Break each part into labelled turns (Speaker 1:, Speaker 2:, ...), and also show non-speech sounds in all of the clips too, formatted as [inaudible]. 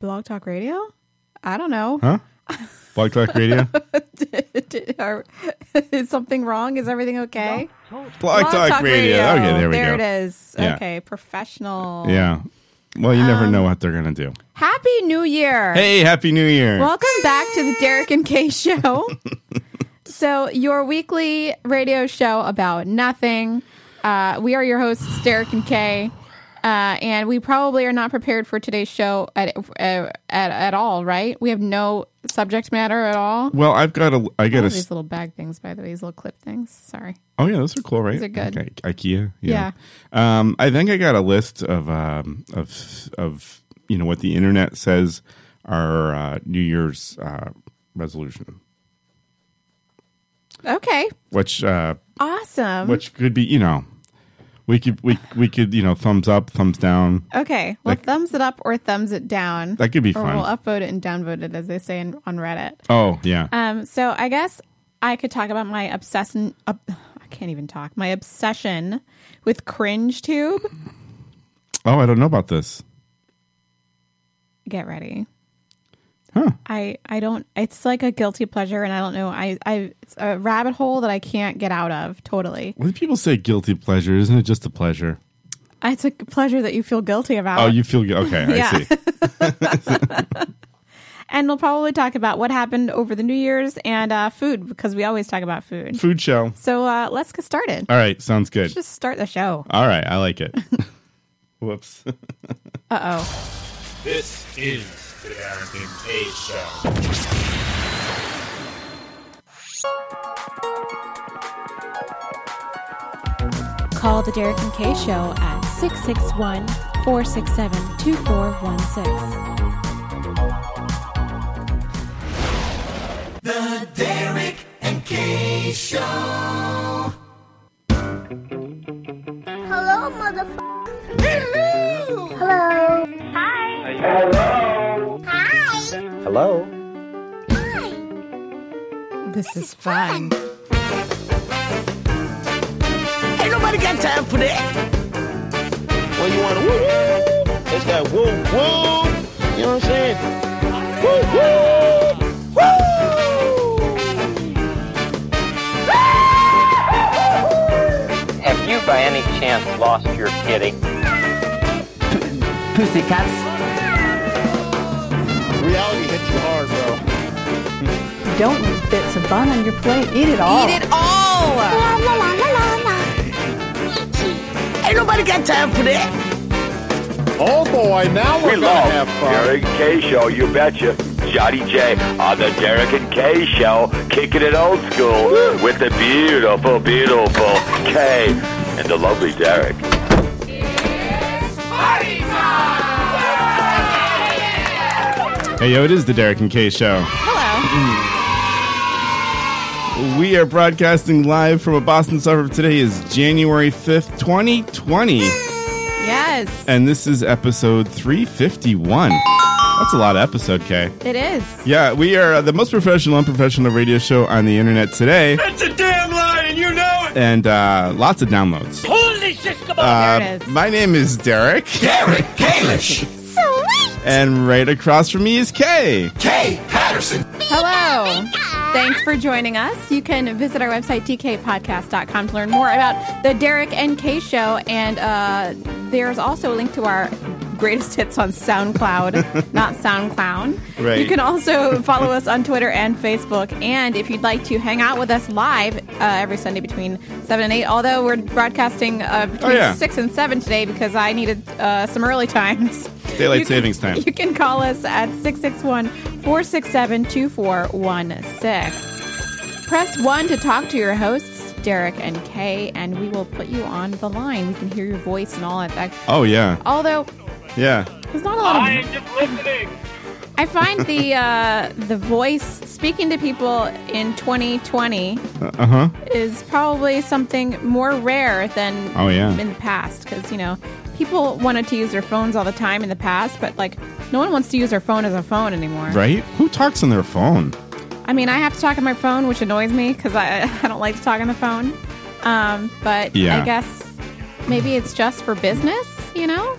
Speaker 1: Blog Talk Radio? I don't know.
Speaker 2: Huh? Blog
Speaker 1: [laughs]
Speaker 2: Talk Radio?
Speaker 1: Did- did- [laughs] are- is something wrong? Is everything okay?
Speaker 2: Blog Talk, Radio. Okay, there we go.
Speaker 1: it is.
Speaker 2: Yeah.
Speaker 1: Okay, professional.
Speaker 2: Yeah. Well, you
Speaker 1: Um,
Speaker 2: never know what they're going to do.
Speaker 1: Happy New Year.
Speaker 2: Hey, Happy New Year.
Speaker 1: Welcome back to the Derek and Kay
Speaker 2: [laughs]
Speaker 1: Show. so, your weekly radio show about nothing. Uh, we are your hosts, Derek and Kay. Uh, and we probably are not prepared for today's show at, uh, at at all, right? We have no subject matter at all.
Speaker 2: well, I've got a. I got
Speaker 1: Love
Speaker 2: a.
Speaker 1: these
Speaker 2: s-
Speaker 1: little bag things, by the way, these little clip things. Sorry.
Speaker 2: Oh yeah, those are cool, right?
Speaker 1: Those are good.
Speaker 2: Okay. IKEA. Yeah. Um, I think I got a list of um of of you know what the internet says are uh, New Year's uh, resolution,
Speaker 1: Okay.
Speaker 2: which uh,
Speaker 1: Awesome.
Speaker 2: which could be you know we could we we could you know thumbs up, thumbs down.
Speaker 1: okay. Well,
Speaker 2: Like-
Speaker 1: thumbs it up or thumbs it down.
Speaker 2: That could be
Speaker 1: or
Speaker 2: fun.
Speaker 1: we'll upvote it and downvote it, as they say in, on Reddit.
Speaker 2: Oh yeah.
Speaker 1: Um, so I guess I could talk about my obsession. ob I can't even talk. My obsession with Cringe Tube.
Speaker 2: oh, I don't know about this.
Speaker 1: Get ready.
Speaker 2: Huh.
Speaker 1: I I don't. It's like a guilty pleasure, and I don't know. I I it's a rabbit hole that I can't get out of. Totally.
Speaker 2: When people say guilty pleasure, isn't it just a pleasure?
Speaker 1: It's a pleasure that you feel guilty about.
Speaker 2: Oh, you feel gu- okay.
Speaker 1: Yeah.
Speaker 2: I
Speaker 1: [laughs]
Speaker 2: see.
Speaker 1: and we'll probably talk about what happened over the New Year's and uh, food because we always talk about food.
Speaker 2: Food show.
Speaker 1: So uh, let's get started.
Speaker 2: All right, sounds good.
Speaker 1: Just start the show.
Speaker 2: All right, I like it. Whoops.
Speaker 1: Uh oh.
Speaker 3: This is the Derek and Kay Show.
Speaker 4: Call the Derek and Kay Show at 661 467 2416.
Speaker 5: Hello, motherfucker. Hello. Hello. Hi. Hello. Hi.
Speaker 6: Hello?
Speaker 5: Hi.
Speaker 1: This is fun.
Speaker 6: Ain't nobody got time for that. Well, you want to woo woo? It's that woo woo. You know what I'm saying? Woo woo. Woo.
Speaker 7: Have you by any chance lost your kitty?
Speaker 6: Pussycats. Reality hits you hard, bro.
Speaker 8: Don't leave bits of bun on your plate. Eat it all.
Speaker 1: Eat it all.
Speaker 5: La la la la la la. Itchy.
Speaker 6: Ain't nobody got time for that.
Speaker 3: Oh boy, now we're gonna have fun.
Speaker 9: Derek and K Show, you betcha. Johnny J on the Derek and K Show, kicking it old school with the beautiful, beautiful K and the lovely Derek.
Speaker 2: Hey, yo, it is the Derek and Kay Show. Mm-hmm.
Speaker 1: Hello.
Speaker 2: We are broadcasting live from a Boston suburb. Today is January 5th, 2020,
Speaker 1: Yes,
Speaker 2: and this is episode 351. That's a lot of episode, Kay.
Speaker 1: it is.
Speaker 2: Yeah, we are the most professional, unprofessional radio show on the internet today,
Speaker 3: That's a damn lie, and you know it.
Speaker 2: and uh, lots of downloads.
Speaker 6: Holy shit, come on.
Speaker 2: Uh,
Speaker 1: There it is.
Speaker 2: my name is Derek,
Speaker 3: Derek Kalish,
Speaker 5: Sweet.
Speaker 2: and right across from me is Kay.
Speaker 3: Kay Patterson.
Speaker 1: Hello. Thanks for joining us. You can visit our website, dkpodcast.com, to learn more about the Derek and Kay Show. And uh, there's also a link to our greatest hits on
Speaker 2: [laughs]
Speaker 1: SoundCloud, not SoundClown.
Speaker 2: Right.
Speaker 1: You can also follow us on Twitter and Facebook. And if you'd like to hang out with us live uh, every Sunday between 7 and 8, although we're broadcasting uh, between
Speaker 2: Oh, yeah.
Speaker 1: 6 and 7 today because I needed uh, some early [laughs] times.
Speaker 2: Daylight
Speaker 1: You can-
Speaker 2: savings time.
Speaker 1: You can call us at 661 467 2416. Press 1 to talk to your hosts, Derek and Kay, and we will put you on the line. We can hear your voice and all that. that-
Speaker 2: Oh, yeah.
Speaker 1: Although,
Speaker 2: Yeah.
Speaker 1: there's not a lot of. I am just listening. I find the uh, the voice speaking to people in 2020
Speaker 2: Uh huh.
Speaker 1: is probably something more rare than
Speaker 2: Oh, yeah.
Speaker 1: in the past because you know people wanted to use their phones all the time in the past but like no one wants to use their phone as a phone anymore
Speaker 2: Right? Who talks on their phone?
Speaker 1: i mean i have to talk on my phone which annoys me because I, [laughs] I don't like to talk on the phone um, but
Speaker 2: Yeah.
Speaker 1: i guess maybe it's just for business you know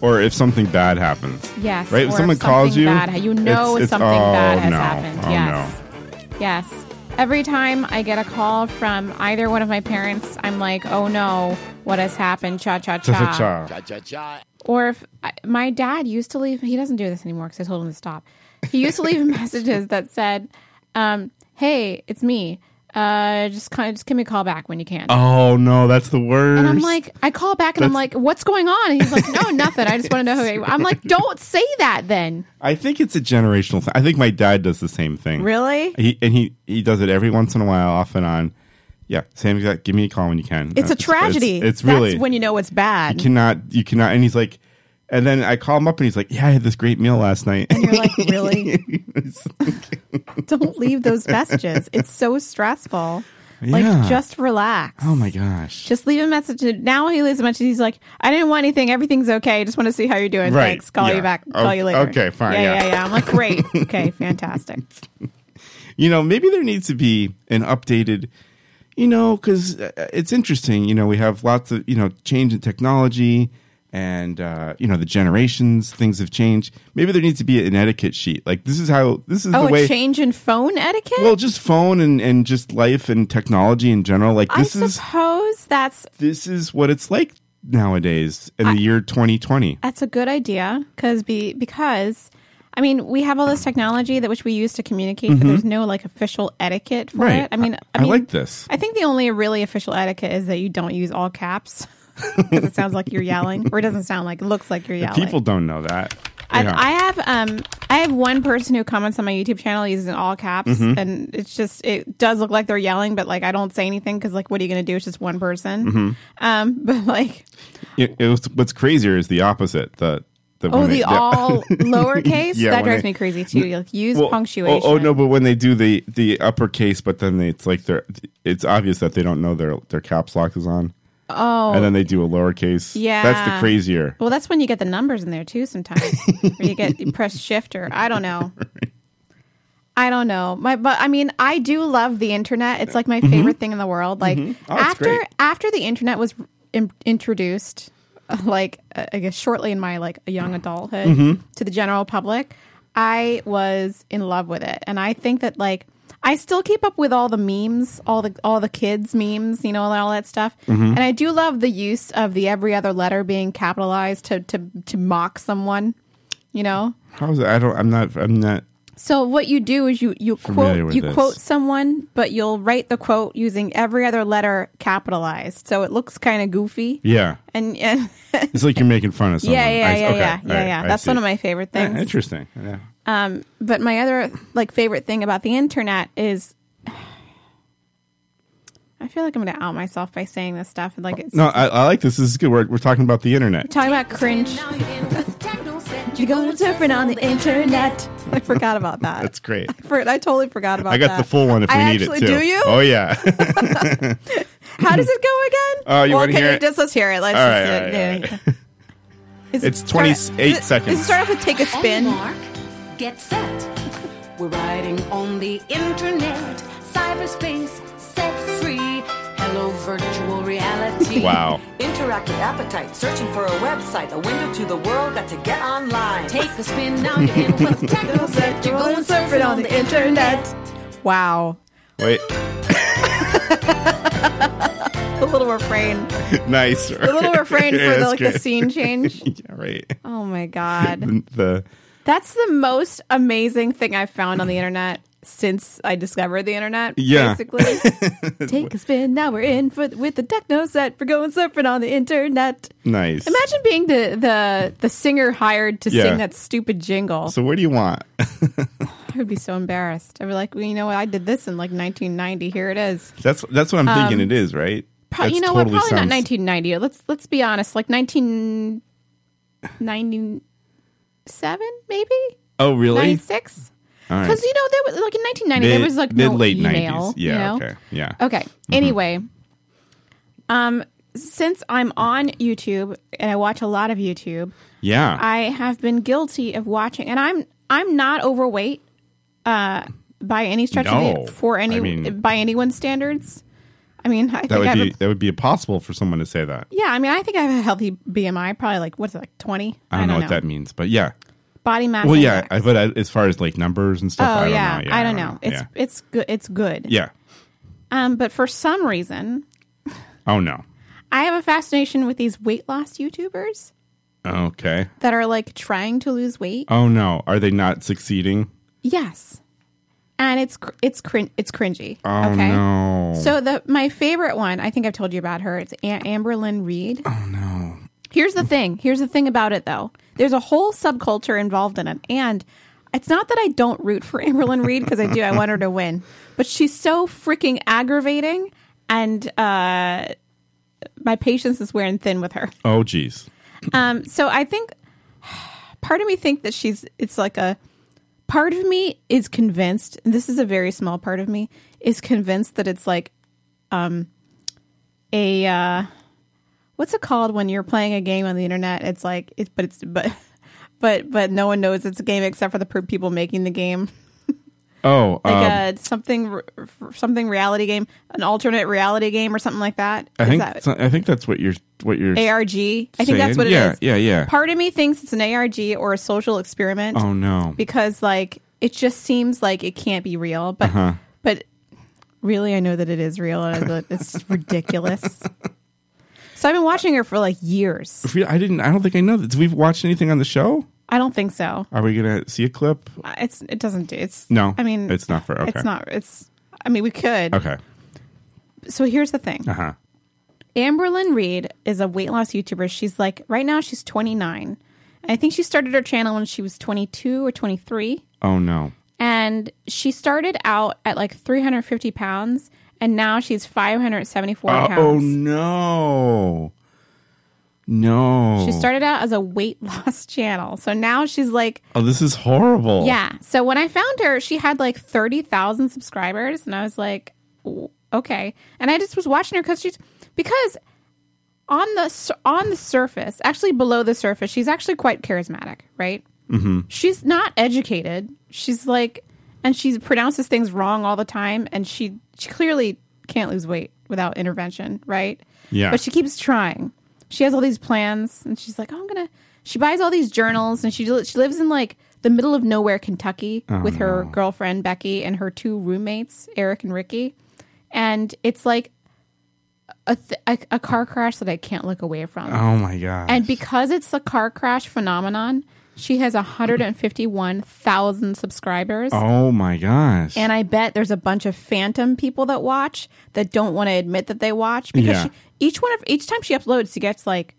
Speaker 2: or if something bad happens.
Speaker 1: Yes.
Speaker 2: Right? If
Speaker 1: or
Speaker 2: someone calls
Speaker 1: something
Speaker 2: you,
Speaker 1: bad, you know
Speaker 2: it's- it's,
Speaker 1: something
Speaker 2: oh,
Speaker 1: bad has
Speaker 2: no.
Speaker 1: happened.
Speaker 2: Oh,
Speaker 1: yes. Yes. Every time I get a call from either one of my parents, I'm like, "Oh no, what has happened?" Cha cha
Speaker 2: no. Cha,
Speaker 1: cha.
Speaker 2: cha, cha.
Speaker 6: Cha-cha-cha.
Speaker 1: Or if I, my dad used to leave, he doesn't do this anymore because I told him to stop. He used to leave [laughs] messages that said, um, "Hey, it's me. Uh, just kind of just give me a call back when you can."
Speaker 2: Oh no, that's the worst.
Speaker 1: And I'm like, I call back and I'm like, what's going on? And he's like, no, nothing. I just want to know who. I-" I'm like, don't say that then.
Speaker 2: I think it's a generational thing. I think my dad does the same thing.
Speaker 1: Really?
Speaker 2: He and he he does it every once in a while, off and on. Yeah, same exact. Give me a call when you can.
Speaker 10: It's a tragedy.
Speaker 2: It's, really
Speaker 10: That's when you know it's bad.
Speaker 2: you cannot you cannot. And he's like, and then I call him up and he's like, yeah, I had this great meal last night.
Speaker 10: You're
Speaker 1: [laughs]
Speaker 10: like, really?
Speaker 1: Don't leave those messages. It's so stressful.
Speaker 2: Yeah.
Speaker 1: Like, just relax.
Speaker 2: [laughs] oh my gosh.
Speaker 1: Just leave a message. Now he leaves a message. He's like, I didn't want anything. Everything's okay. I just want to see how you're doing.
Speaker 2: Right.
Speaker 1: Thanks. Call
Speaker 2: Yeah.
Speaker 1: you back. Call
Speaker 2: Okay.
Speaker 1: you later.
Speaker 2: Okay, fine,
Speaker 1: Yeah,
Speaker 2: yeah.
Speaker 1: yeah, yeah. I'm like,
Speaker 2: [laughs]
Speaker 1: great. Okay, fantastic.
Speaker 2: you know, maybe there needs to be an updated, you know, because it's interesting. You know, we have lots of, you know, change in technology and, uh, you know, the generations, things have changed. Maybe there needs to be an etiquette sheet. Like, this is how, this is
Speaker 1: Oh,
Speaker 2: the way.
Speaker 1: a change in phone etiquette?
Speaker 2: well, just phone and, and just life and technology in general. Like,
Speaker 1: I
Speaker 2: this is,
Speaker 1: suppose that's
Speaker 2: this is what it's like nowadays in the year 2020.
Speaker 1: That's a good idea because be, because I mean we have all this technology that which we use to communicate, but there's no like official etiquette for
Speaker 2: Mm-hmm. Right.
Speaker 1: it. I mean, I,
Speaker 2: I
Speaker 1: mean,
Speaker 2: like this.
Speaker 1: I think the only really official etiquette is that you don't use all caps [laughs] because it sounds like you're yelling, or it doesn't sound like it looks like you're yelling.
Speaker 2: People don't know that.
Speaker 1: I,
Speaker 2: Yeah.
Speaker 1: I have um I have one person who comments on my YouTube channel uses in all caps,
Speaker 2: Mm-hmm.
Speaker 1: and it's just it does look like they're yelling, but like I don't say anything because like what are you gonna do? It's just one person.
Speaker 2: Mm-hmm.
Speaker 1: Um, [laughs] but like
Speaker 2: It, it was, what's crazier is the opposite. The, the
Speaker 1: Oh,
Speaker 2: when
Speaker 1: the
Speaker 2: they- [laughs]
Speaker 1: all lowercase?
Speaker 2: Yeah,
Speaker 1: that
Speaker 2: when
Speaker 1: drives
Speaker 2: they-
Speaker 1: me crazy too. Like, use
Speaker 2: Well,
Speaker 1: punctuation.
Speaker 2: Oh, oh, no, but when they do the the uppercase, but then they, it's like they're it's obvious that they don't know their their caps lock is on,
Speaker 1: Oh,
Speaker 2: and then they do a lowercase. that's the
Speaker 1: Yeah.
Speaker 2: crazier.
Speaker 1: well, that's when you get the numbers in there too.
Speaker 2: [laughs]
Speaker 1: Sometimes or you get you press shift or I don't know. I don't know. My but I mean, I do love the internet. It's like my favorite thing in the world. Like
Speaker 2: Mm-hmm. Oh, it's
Speaker 1: after
Speaker 2: great.
Speaker 1: after the internet was in, introduced, [laughs] uh, like uh, I guess shortly in my like young adulthood
Speaker 2: Mm-hmm.
Speaker 1: to the general public, I was in love with it, and I think that like. I still keep up with all the memes, all the all the kids memes, you know, and all that stuff.
Speaker 2: Mm-hmm.
Speaker 1: And I do love the use of the every other letter being capitalized to to to mock someone, you know.
Speaker 2: How's it? I don't. I'm not. I'm not.
Speaker 1: So what you do is you you
Speaker 2: Familiar
Speaker 1: quote
Speaker 2: with
Speaker 1: you
Speaker 2: this.
Speaker 1: quote someone, but you'll write the quote using every other letter capitalized, so it looks kind of goofy.
Speaker 2: Yeah,
Speaker 1: And, [laughs] and yeah,
Speaker 2: it's like you're making fun of someone.
Speaker 1: yeah, yeah,
Speaker 2: I-
Speaker 1: yeah,
Speaker 2: okay,
Speaker 1: yeah,
Speaker 2: all
Speaker 1: yeah,
Speaker 2: right,
Speaker 1: yeah.
Speaker 2: I
Speaker 1: That's
Speaker 2: see.
Speaker 1: one of my favorite
Speaker 2: Yeah,
Speaker 1: things.
Speaker 2: interesting. Yeah.
Speaker 1: but my other like favorite thing about the internet is. I feel like I'm going to out myself by saying this stuff. Like it's
Speaker 2: No, I, I like this. This is good. We're, we're talking about the internet.
Speaker 1: talking about cringe. You're going surfing on the internet. [laughs] I forgot about that.
Speaker 2: That's great.
Speaker 1: For, I totally forgot about.
Speaker 2: I got
Speaker 1: that.
Speaker 2: the full one if
Speaker 1: I
Speaker 2: we need it
Speaker 1: actually-
Speaker 2: too.
Speaker 1: Do you?
Speaker 2: Oh yeah. [laughs]
Speaker 1: How does it go again?
Speaker 2: Oh,
Speaker 1: well,
Speaker 2: you wanna
Speaker 1: can
Speaker 2: hear
Speaker 1: you
Speaker 2: it?
Speaker 1: Just let's hear it. Let's
Speaker 2: All
Speaker 1: just.
Speaker 2: right, all right,
Speaker 1: yeah,
Speaker 2: all
Speaker 1: yeah. Is it
Speaker 2: [laughs] It's
Speaker 1: start-
Speaker 2: 28
Speaker 1: does it-
Speaker 2: seconds.
Speaker 1: Does it start off with take a spin?
Speaker 5: Get set. We're riding on the internet. Cyberspace set free. Hello, virtual reality.
Speaker 2: wow.
Speaker 5: Interactive appetite, searching for a website, a window to the world that's to get online. Take a spin now, you're in with techno set. You're going surfing on the internet.
Speaker 1: Wow.
Speaker 2: Wait. [laughs]
Speaker 1: A little refrain.
Speaker 2: nice.
Speaker 1: A
Speaker 2: [laughs]
Speaker 1: little refrain for the, like the
Speaker 2: good. [laughs]
Speaker 1: scene change.
Speaker 2: Yeah. Right.
Speaker 1: Oh my god.
Speaker 2: The, the
Speaker 1: That's the most amazing thing I've found on the internet since I discovered the internet.
Speaker 2: Yeah. [laughs]
Speaker 1: Basically. take a spin. Now we're in for with the techno set. We're going surfing on the internet.
Speaker 2: nice.
Speaker 1: Imagine being the the the singer hired to
Speaker 2: Yeah.
Speaker 1: sing that stupid jingle.
Speaker 2: So what do you want? [laughs]
Speaker 1: [laughs] I would be so embarrassed. I'd be like, well, you know what? I did this in like 1990. Here it is.
Speaker 2: That's that's what I'm thinking. it is right.
Speaker 1: Um, Pro-
Speaker 2: That's
Speaker 1: you know
Speaker 2: totally
Speaker 1: what? Probably
Speaker 2: sounds-
Speaker 1: not 1990. Let's let's be honest. Like 1997, maybe
Speaker 2: Oh, really?
Speaker 1: 96.
Speaker 2: All right.
Speaker 1: Because you know there was like in 1990 there was like
Speaker 2: mid
Speaker 1: no
Speaker 2: late
Speaker 1: email.
Speaker 2: 90s. Yeah.
Speaker 1: you know?
Speaker 2: Okay. Mm-hmm. Yeah.
Speaker 1: Okay. Anyway, um, since I'm on YouTube and I watch a lot of YouTube,
Speaker 2: Yeah.
Speaker 1: I have been guilty of watching, and I'm I'm not overweight uh, by any stretch
Speaker 2: No.
Speaker 1: of the, for any
Speaker 2: I mean-
Speaker 1: by anyone's standards. I mean, I
Speaker 2: that
Speaker 1: think
Speaker 2: would
Speaker 1: I have
Speaker 2: be
Speaker 1: a,
Speaker 2: that would be impossible for someone to say that.
Speaker 1: yeah. I mean, I think I have a healthy BMI, probably like what's it, like twenty.
Speaker 2: I don't, know, what that means, but yeah.
Speaker 1: Body mass.
Speaker 2: well, yeah,
Speaker 1: index.
Speaker 2: I, but I, as far as like numbers and stuff,
Speaker 1: oh
Speaker 2: I don't
Speaker 1: yeah.
Speaker 2: know. Yeah,
Speaker 1: I don't know. It's
Speaker 2: yeah.
Speaker 1: it's good. It's good.
Speaker 2: yeah.
Speaker 1: Um, but for some reason,
Speaker 2: Oh no.
Speaker 1: I have a fascination with these weight loss YouTubers
Speaker 2: Okay.
Speaker 1: that are like trying to lose weight.
Speaker 2: Oh no. Are they not succeeding?
Speaker 1: Yes, and it's cr- it's crin- it's cringy.
Speaker 2: Oh
Speaker 1: okay.
Speaker 2: no.
Speaker 1: So the my favorite one, I think I've told you about her. It's Am- Amberlynn Reed. Oh no. Here's the thing. Here's the thing about it though. There's a whole subculture involved in it, and it's not that I don't root for [laughs] Amberlynn Reed because I do. I want her to win, but she's so freaking aggravating, and uh, my patience is wearing thin with her.
Speaker 2: Oh geez.
Speaker 1: Um, so I think part of me think that she's it's like a part of me is convinced, and this is a very small part of me, is convinced that it's like um a uh what's it called when you're playing a game on the internet? It's like it's but it's but but but no one knows it's a game except for the per- people making the game.
Speaker 2: Oh.
Speaker 1: Like uh,
Speaker 2: um,
Speaker 1: a something re- something reality game, an alternate reality game or something like that.
Speaker 2: I
Speaker 1: Is
Speaker 2: think
Speaker 1: that-
Speaker 2: so- I think that's what you're what you're.
Speaker 1: ARG. I think
Speaker 2: saying.
Speaker 1: that's what it is.
Speaker 2: Yeah, yeah, yeah.
Speaker 1: Part of me thinks it's an ARG or a social experiment
Speaker 2: oh no.
Speaker 1: because like it just seems like it can't be real, but
Speaker 2: Uh-huh.
Speaker 1: but really I know that it is real and I-
Speaker 2: [laughs]
Speaker 1: it's ridiculous. So I've been watching her for like years.
Speaker 2: If we- I didn't. I don't think I know that. Did we watch anything on the show?
Speaker 1: I don't think so.
Speaker 2: Are we gonna see a clip?
Speaker 1: It's it doesn't do it's
Speaker 2: No,
Speaker 1: I mean
Speaker 2: it's not for- okay.
Speaker 1: It's not it's I mean we could.
Speaker 2: Okay.
Speaker 1: So here's the thing.
Speaker 2: Uh huh.
Speaker 1: Amberlynn Reed is a weight loss YouTuber. She's like right now she's 29. I think she started her channel when she was 22 or 23
Speaker 2: Oh no.
Speaker 1: and she started out at like 350 pounds and now she's 574
Speaker 2: Oh, oh,
Speaker 1: pounds.
Speaker 2: no. No.
Speaker 1: She started out as a weight [laughs] loss channel. So now she's like
Speaker 2: Oh, this is horrible.
Speaker 1: Yeah. So when I found her, she had like 30,000 subscribers. And I was like, w- okay. And I just was watching her because she's, because on the, sur- on the surface, actually below the surface, she's actually quite charismatic, right?
Speaker 2: Mm-hmm.
Speaker 1: She's not educated. She's like, and she pronounces things wrong all the time. And she, she clearly can't lose weight without intervention, right?
Speaker 10: Yeah.
Speaker 1: But she keeps trying. She has all these plans, and she's like, oh, I'm gonna. She buys all these journals, and she li- she lives in like the middle of nowhere, Kentucky,
Speaker 10: Oh,
Speaker 1: with her girlfriend Becky and her two roommates, Eric and Ricky, and it's like a th- a, a car crash that I can't look away from.
Speaker 2: Oh my god.
Speaker 1: And because it's a car crash phenomenon, she has 151,000 subscribers.
Speaker 2: oh my gosh.
Speaker 1: And I bet there's a bunch of phantom people that watch that don't want to admit that they watch because
Speaker 2: Yeah.
Speaker 1: she, each one of each time she uploads, she gets like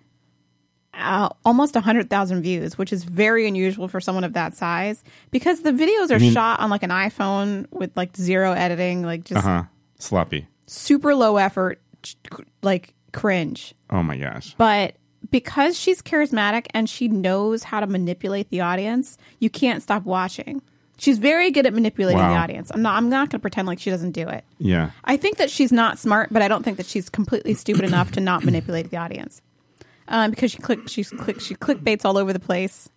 Speaker 1: uh, almost hundred thousand views, which is very unusual for someone of that size because the videos are
Speaker 2: I mean-
Speaker 1: shot on like an iPhone with like zero editing, like
Speaker 2: Uh
Speaker 1: just
Speaker 2: huh. Sloppy.
Speaker 1: super low effort, ch- like cringe.
Speaker 2: Oh my gosh.
Speaker 1: But because she's charismatic and she knows how to manipulate the audience, you can't stop watching. She's very good at manipulating the
Speaker 2: Wow.
Speaker 1: audience. I'm not I'm not going to pretend like she doesn't do it.
Speaker 2: Yeah.
Speaker 1: I think that she's not smart, but I don't think that she's completely stupid enough to not manipulate the audience. Um, because she click she's click she clickbaits all over the place.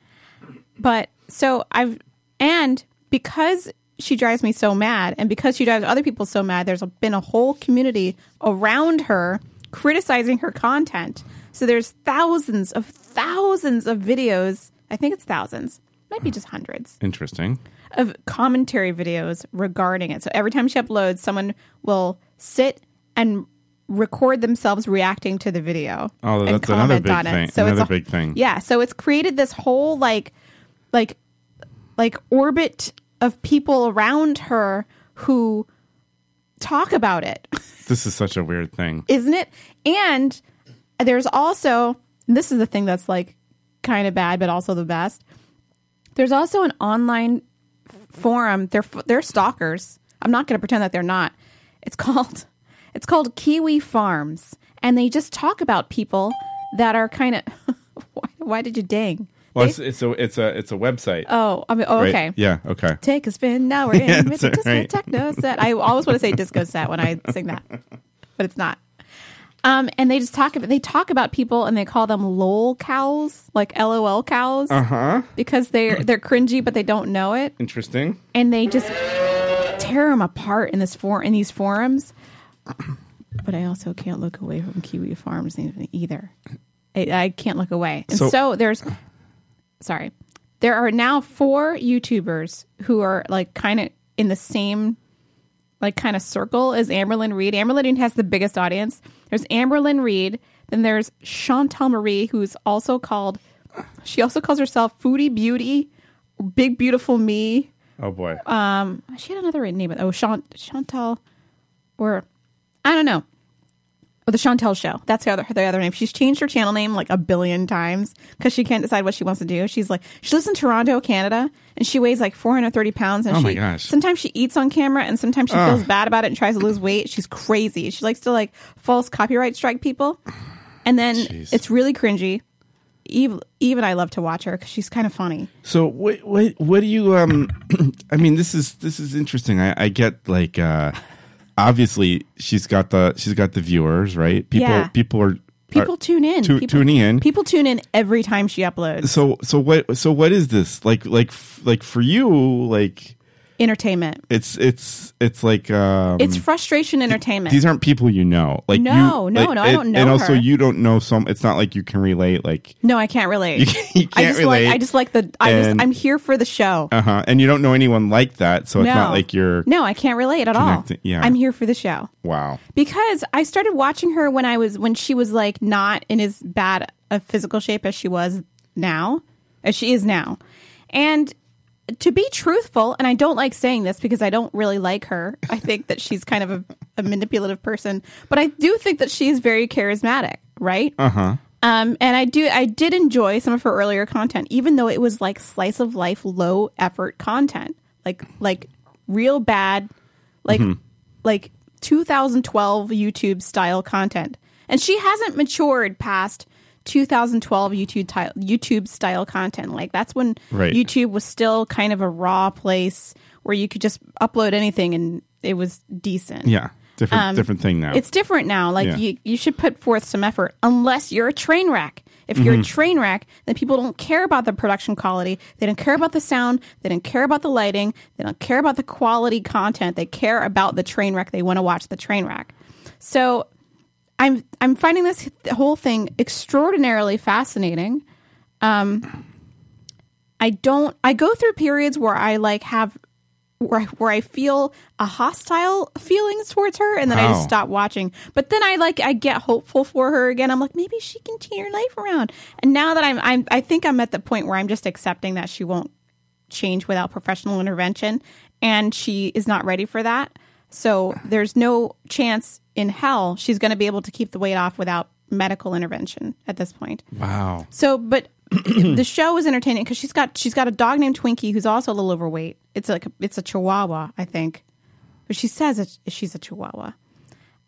Speaker 1: But so I've and because she drives me so mad and because she drives other people so mad, there's been a whole community around her criticizing her content. So there's thousands of thousands of videos. I think it's thousands. Might be just hundreds
Speaker 2: Interesting.
Speaker 1: of commentary videos regarding it. So every time she uploads, someone will sit and record themselves reacting to the video.
Speaker 2: Oh,
Speaker 1: and
Speaker 2: that's another
Speaker 1: comment
Speaker 2: big
Speaker 1: on it.
Speaker 2: thing.
Speaker 1: So it's
Speaker 2: another
Speaker 1: a-
Speaker 2: big thing.
Speaker 1: Yeah, so it's created this whole like like like orbit of people around her who talk about it [laughs]
Speaker 2: This is such a weird thing.
Speaker 1: isn't it? And there's also this is the thing that's like kind of bad, but also the best. There's also an online forum. They're they're stalkers. I'm not going to pretend that they're not. It's [laughs] called it's called Kiwi Farms, and they just talk about people that are kind of. [laughs] why, why did you ding?
Speaker 2: Well, it's, it's a it's a it's a website.
Speaker 1: Oh, I mean, oh,
Speaker 2: Right?
Speaker 1: okay.
Speaker 2: Yeah. Okay.
Speaker 1: Take a spin. Now we're in
Speaker 2: [laughs] Yeah,
Speaker 1: with the
Speaker 2: that's
Speaker 1: disco
Speaker 2: right.
Speaker 1: techno set. I always want to say disco set when I sing that, but it's not. Um, and they just talk about they talk about people and they call them lol cows, like lol cows,
Speaker 2: Uh huh.
Speaker 1: because they're they're cringy but they don't know it,
Speaker 2: Interesting.
Speaker 1: and they just tear them apart in this for in these forums. [clears throat] but I also can't look away from Kiwi Farms e- either. I, I can't look away. And
Speaker 2: So-
Speaker 1: so, there's, sorry, there are now four YouTubers who are like kind of in the same, like kind of circle as Amberlyn Reed. Amberlyn Reed has the biggest audience. There's Amberlyn Reed. Then there's Chantal Marie, who's also called, she also calls herself Foodie Beauty, Big Beautiful Me.
Speaker 2: Oh boy.
Speaker 1: Um, she had another name. Oh, Chant- Chantal, or I don't know. Or the Chantel Show. That's the other the other name. She's changed her channel name like a billion times because she can't decide what she wants to do. She's like she lives in Toronto, Canada, and she weighs like 430 pounds. And
Speaker 2: Oh my
Speaker 1: she,
Speaker 2: gosh.
Speaker 1: Sometimes she eats on camera, and sometimes she
Speaker 2: Ugh.
Speaker 1: feels bad about it and tries to lose weight. She's crazy. She likes to like false copyright strike people, and then it's really cringy. Eve, Eve and I love to watch her because she's kind of funny.
Speaker 2: So what what what do you um [clears throat] I mean this is this is interesting. I, I get like uh obviously she's got the she's got the viewers, right? People
Speaker 1: Yeah.
Speaker 2: people are
Speaker 1: People
Speaker 2: are
Speaker 1: tune in.
Speaker 2: tu-
Speaker 1: people,
Speaker 2: tuning in.
Speaker 1: People tune in every time she uploads.
Speaker 2: so so what so what is this? Like like f- like for you like
Speaker 1: Entertainment.
Speaker 2: it's it's it's like um
Speaker 1: it's frustration entertainment.
Speaker 2: these aren't people you know. Like
Speaker 1: No,
Speaker 2: you,
Speaker 1: no,
Speaker 2: like,
Speaker 1: no, I
Speaker 2: and-
Speaker 1: don't know
Speaker 2: And also
Speaker 1: her.
Speaker 2: you don't know some it's not like you can relate like [laughs]
Speaker 1: no, I can't relate.
Speaker 2: You can't- you
Speaker 1: I
Speaker 2: [laughs] can't
Speaker 1: just
Speaker 2: relate.
Speaker 1: like I just like the I
Speaker 2: And-
Speaker 1: just I'm here for the show.
Speaker 2: uh-huh and you don't know anyone like that, so it's
Speaker 1: no.
Speaker 2: not like you're
Speaker 1: No, I can't relate at all.
Speaker 2: connecting- yeah.
Speaker 1: I'm here for the show.
Speaker 2: wow.
Speaker 1: Because I started watching her when I was when she was like not in as bad a physical shape as she was now, as she is now. And to be truthful, and I don't like saying this because I don't really like her. I think that she's kind of a, a manipulative person, but I do think that she is very charismatic, right?
Speaker 2: Uh-huh.
Speaker 1: Um, and I do, I did enjoy some of her earlier content, even though it was like slice of life, low effort content, like like real bad, like
Speaker 2: Mhm.
Speaker 1: like 2012 YouTube style content. And she hasn't matured past 2012 YouTube ti- YouTube style content. Like that's when
Speaker 10: Right.
Speaker 1: YouTube was still kind of a raw place where you could just upload anything and it was decent.
Speaker 2: Yeah. Different
Speaker 1: Um,
Speaker 2: different thing now.
Speaker 1: It's different now. Like
Speaker 2: Yeah.
Speaker 1: you, you should put forth some effort. Unless you're a train wreck. If you're a
Speaker 2: Mhm.
Speaker 1: train wreck, then people don't care about the production quality. They don't care about the sound. They don't care about the lighting. They don't care about the quality content. They care about the train wreck. They want to watch the train wreck. So I'm I'm finding this whole thing extraordinarily fascinating. Um, I don't. I go through periods where I like have where I, where I feel a hostile feelings towards her, and then I
Speaker 10: Wow.
Speaker 1: just stop watching. But then I like I get hopeful for her again. I'm like maybe she can turn her life around. And now that I'm I'm I think I'm at the point where I'm just accepting that she won't change without professional intervention, and she is not ready for that. So there's no chance in hell she's going to be able to keep the weight off without medical intervention at this point.
Speaker 2: Wow.
Speaker 1: So, but [clears throat] the show is entertaining because she's got she's got a dog named Twinkie who's also a little overweight. It's like a, it's a Chihuahua, I think, but she says it, she's a Chihuahua.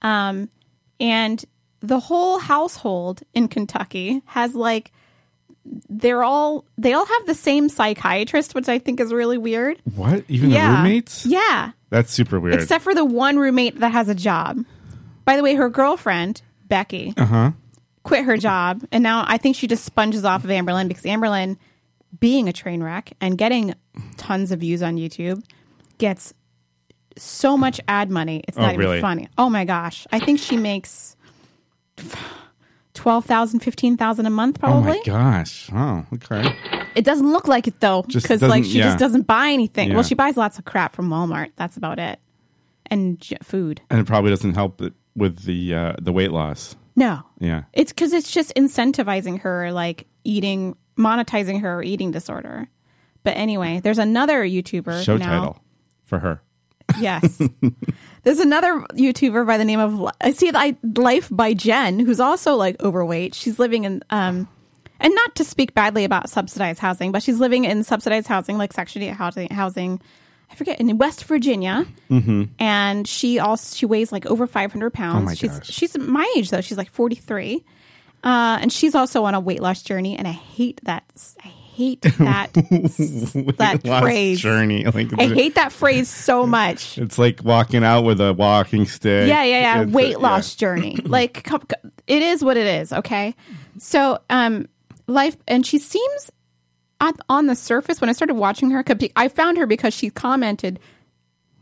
Speaker 1: Um, and the whole household in Kentucky has like they're all they all have the same psychiatrist, which I think is really weird.
Speaker 2: What? Even the
Speaker 1: yeah,
Speaker 2: roommates?
Speaker 1: yeah,
Speaker 2: That's super weird.
Speaker 1: except for the one roommate that has a job. By the way, her girlfriend Becky
Speaker 2: uh huh.
Speaker 1: quit her job and now I think she just sponges off of Amberlynn because Amberlynn being a train wreck and getting tons of views on YouTube gets so much ad money. It's
Speaker 10: Oh,
Speaker 1: not even
Speaker 10: really?
Speaker 1: funny. Oh my gosh. I think she makes 12,000 15,000 a month
Speaker 2: Oh
Speaker 1: probably.
Speaker 2: my gosh. Oh, okay.
Speaker 1: It doesn't look like it though,
Speaker 2: Just
Speaker 1: because like
Speaker 2: doesn't-
Speaker 1: she
Speaker 2: yeah.
Speaker 1: just doesn't buy anything.
Speaker 2: Yeah.
Speaker 1: Well, she buys lots of crap from Walmart. That's about it, and j- food.
Speaker 2: And it probably doesn't help it with the uh, the weight loss.
Speaker 1: No,
Speaker 2: Yeah.
Speaker 1: it's because it's just incentivizing her, like eating, monetizing her eating disorder. But anyway, there's another YouTuber
Speaker 2: Show
Speaker 1: now.
Speaker 2: title for her. [laughs]
Speaker 1: Yes. There's another YouTuber by the name of Li- I see I, Life by Jen, who's also like overweight. She's living in um, and not to speak badly about subsidized housing, but she's living in subsidized housing, like Section Eight housing. Housing, I forget in West Virginia,
Speaker 10: Mm-hmm.
Speaker 1: and she also she weighs like over 500 pounds.
Speaker 10: Oh my
Speaker 1: she's
Speaker 10: gosh.
Speaker 1: she's my age though. She's like 43, uh, and she's also on a weight loss journey. And I hate that. I
Speaker 10: [laughs]
Speaker 1: hate that.
Speaker 2: that
Speaker 1: phrase.
Speaker 2: journey. Like
Speaker 1: I hate that phrase so much.
Speaker 2: It's like walking out with a walking stick.
Speaker 1: Yeah, yeah, yeah.
Speaker 2: It's-
Speaker 1: Weight loss journey. Like, come- come- it is what it is. Okay. So, um, life, and she seems on, on the surface when I started watching her, 'cause I found her because she commented,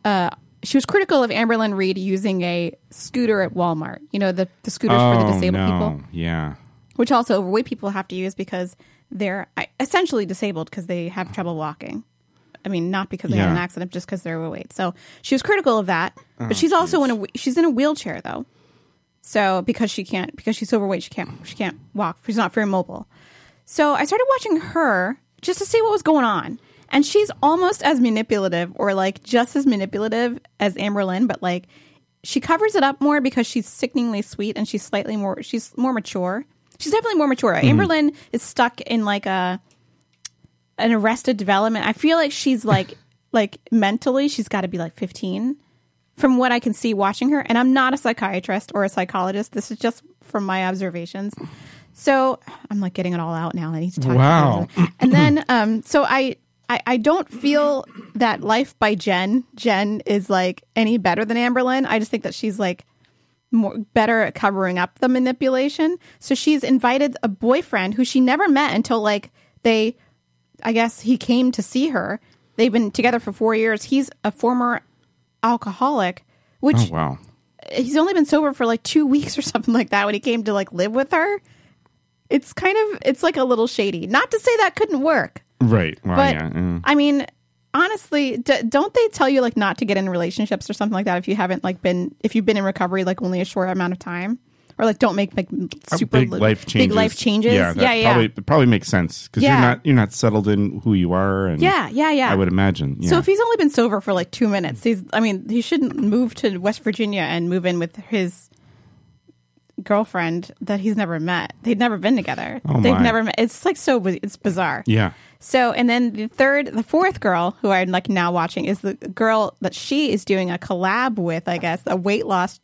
Speaker 1: uh, she was critical of Amberlynn Reed using a scooter at Walmart. You know, the, the scooters for the disabled people.
Speaker 2: Oh, Yeah.
Speaker 1: which also overweight people have to use because they're uh, essentially disabled because they have trouble walking. I mean, not because they had
Speaker 2: Yeah.
Speaker 1: an accident, just because they're overweight. So she was critical of that,
Speaker 2: Oh,
Speaker 1: but she's also in a whe- she's in a wheelchair though. So because she can't because she's overweight, she can't she can't walk. She's not very mobile. So I started watching her just to see what was going on, and she's almost as manipulative or like just as manipulative as Amber Lynn, but like she covers it up more because she's sickeningly sweet and she's slightly more she's more mature. She's definitely more mature. Amber Lynn is stuck in like a an arrested development. I feel like she's like like mentally she's got to be like 15 from what I can see watching her and I'm not a psychiatrist or a psychologist. This is just from my observations. So, I'm like getting it all out now. I need to talk
Speaker 2: Wow.
Speaker 1: about it. And then um so I I, I don't feel that Life by Jen Jen is like any better than Amberlynn. I just think that she's like more better at covering up the manipulation. So she's invited a boyfriend who she never met until like they I guess he came to see her. They've been together for 4 years. He's a former alcoholic, which
Speaker 2: Oh wow.
Speaker 1: he's only been sober for like 2 [laughs] weeks or something like that when he came to like live with her. It's kind of it's like a little shady. Not to say that couldn't work.
Speaker 2: Right. Wow.
Speaker 1: But
Speaker 2: yeah. mm.
Speaker 1: I mean, honestly, d- don't they tell you like not to get in relationships or something like that if you haven't like been if you've been in recovery like only a short amount of time or like don't make like super
Speaker 2: big
Speaker 1: li-
Speaker 2: life changes.
Speaker 1: Big life changes.
Speaker 2: Yeah.
Speaker 1: Yeah,
Speaker 2: that
Speaker 1: yeah, yeah.
Speaker 2: Probably, that probably makes sense because
Speaker 1: Yeah.
Speaker 2: you're not you're not settled in who you are. And
Speaker 1: Yeah, yeah, yeah.
Speaker 2: I would imagine. Yeah.
Speaker 1: So if he's only been sober for like two minutes, he's I mean, he shouldn't move to West Virginia and move in with his girlfriend that he's never met. They'd never been together.
Speaker 2: Oh,
Speaker 1: They've
Speaker 2: my.
Speaker 1: never met. It's like so biz- it's bizarre.
Speaker 2: yeah.
Speaker 1: So, and then the third, the fourth girl who I'm like now watching is the girl that she is doing a collab with, I guess, a weight loss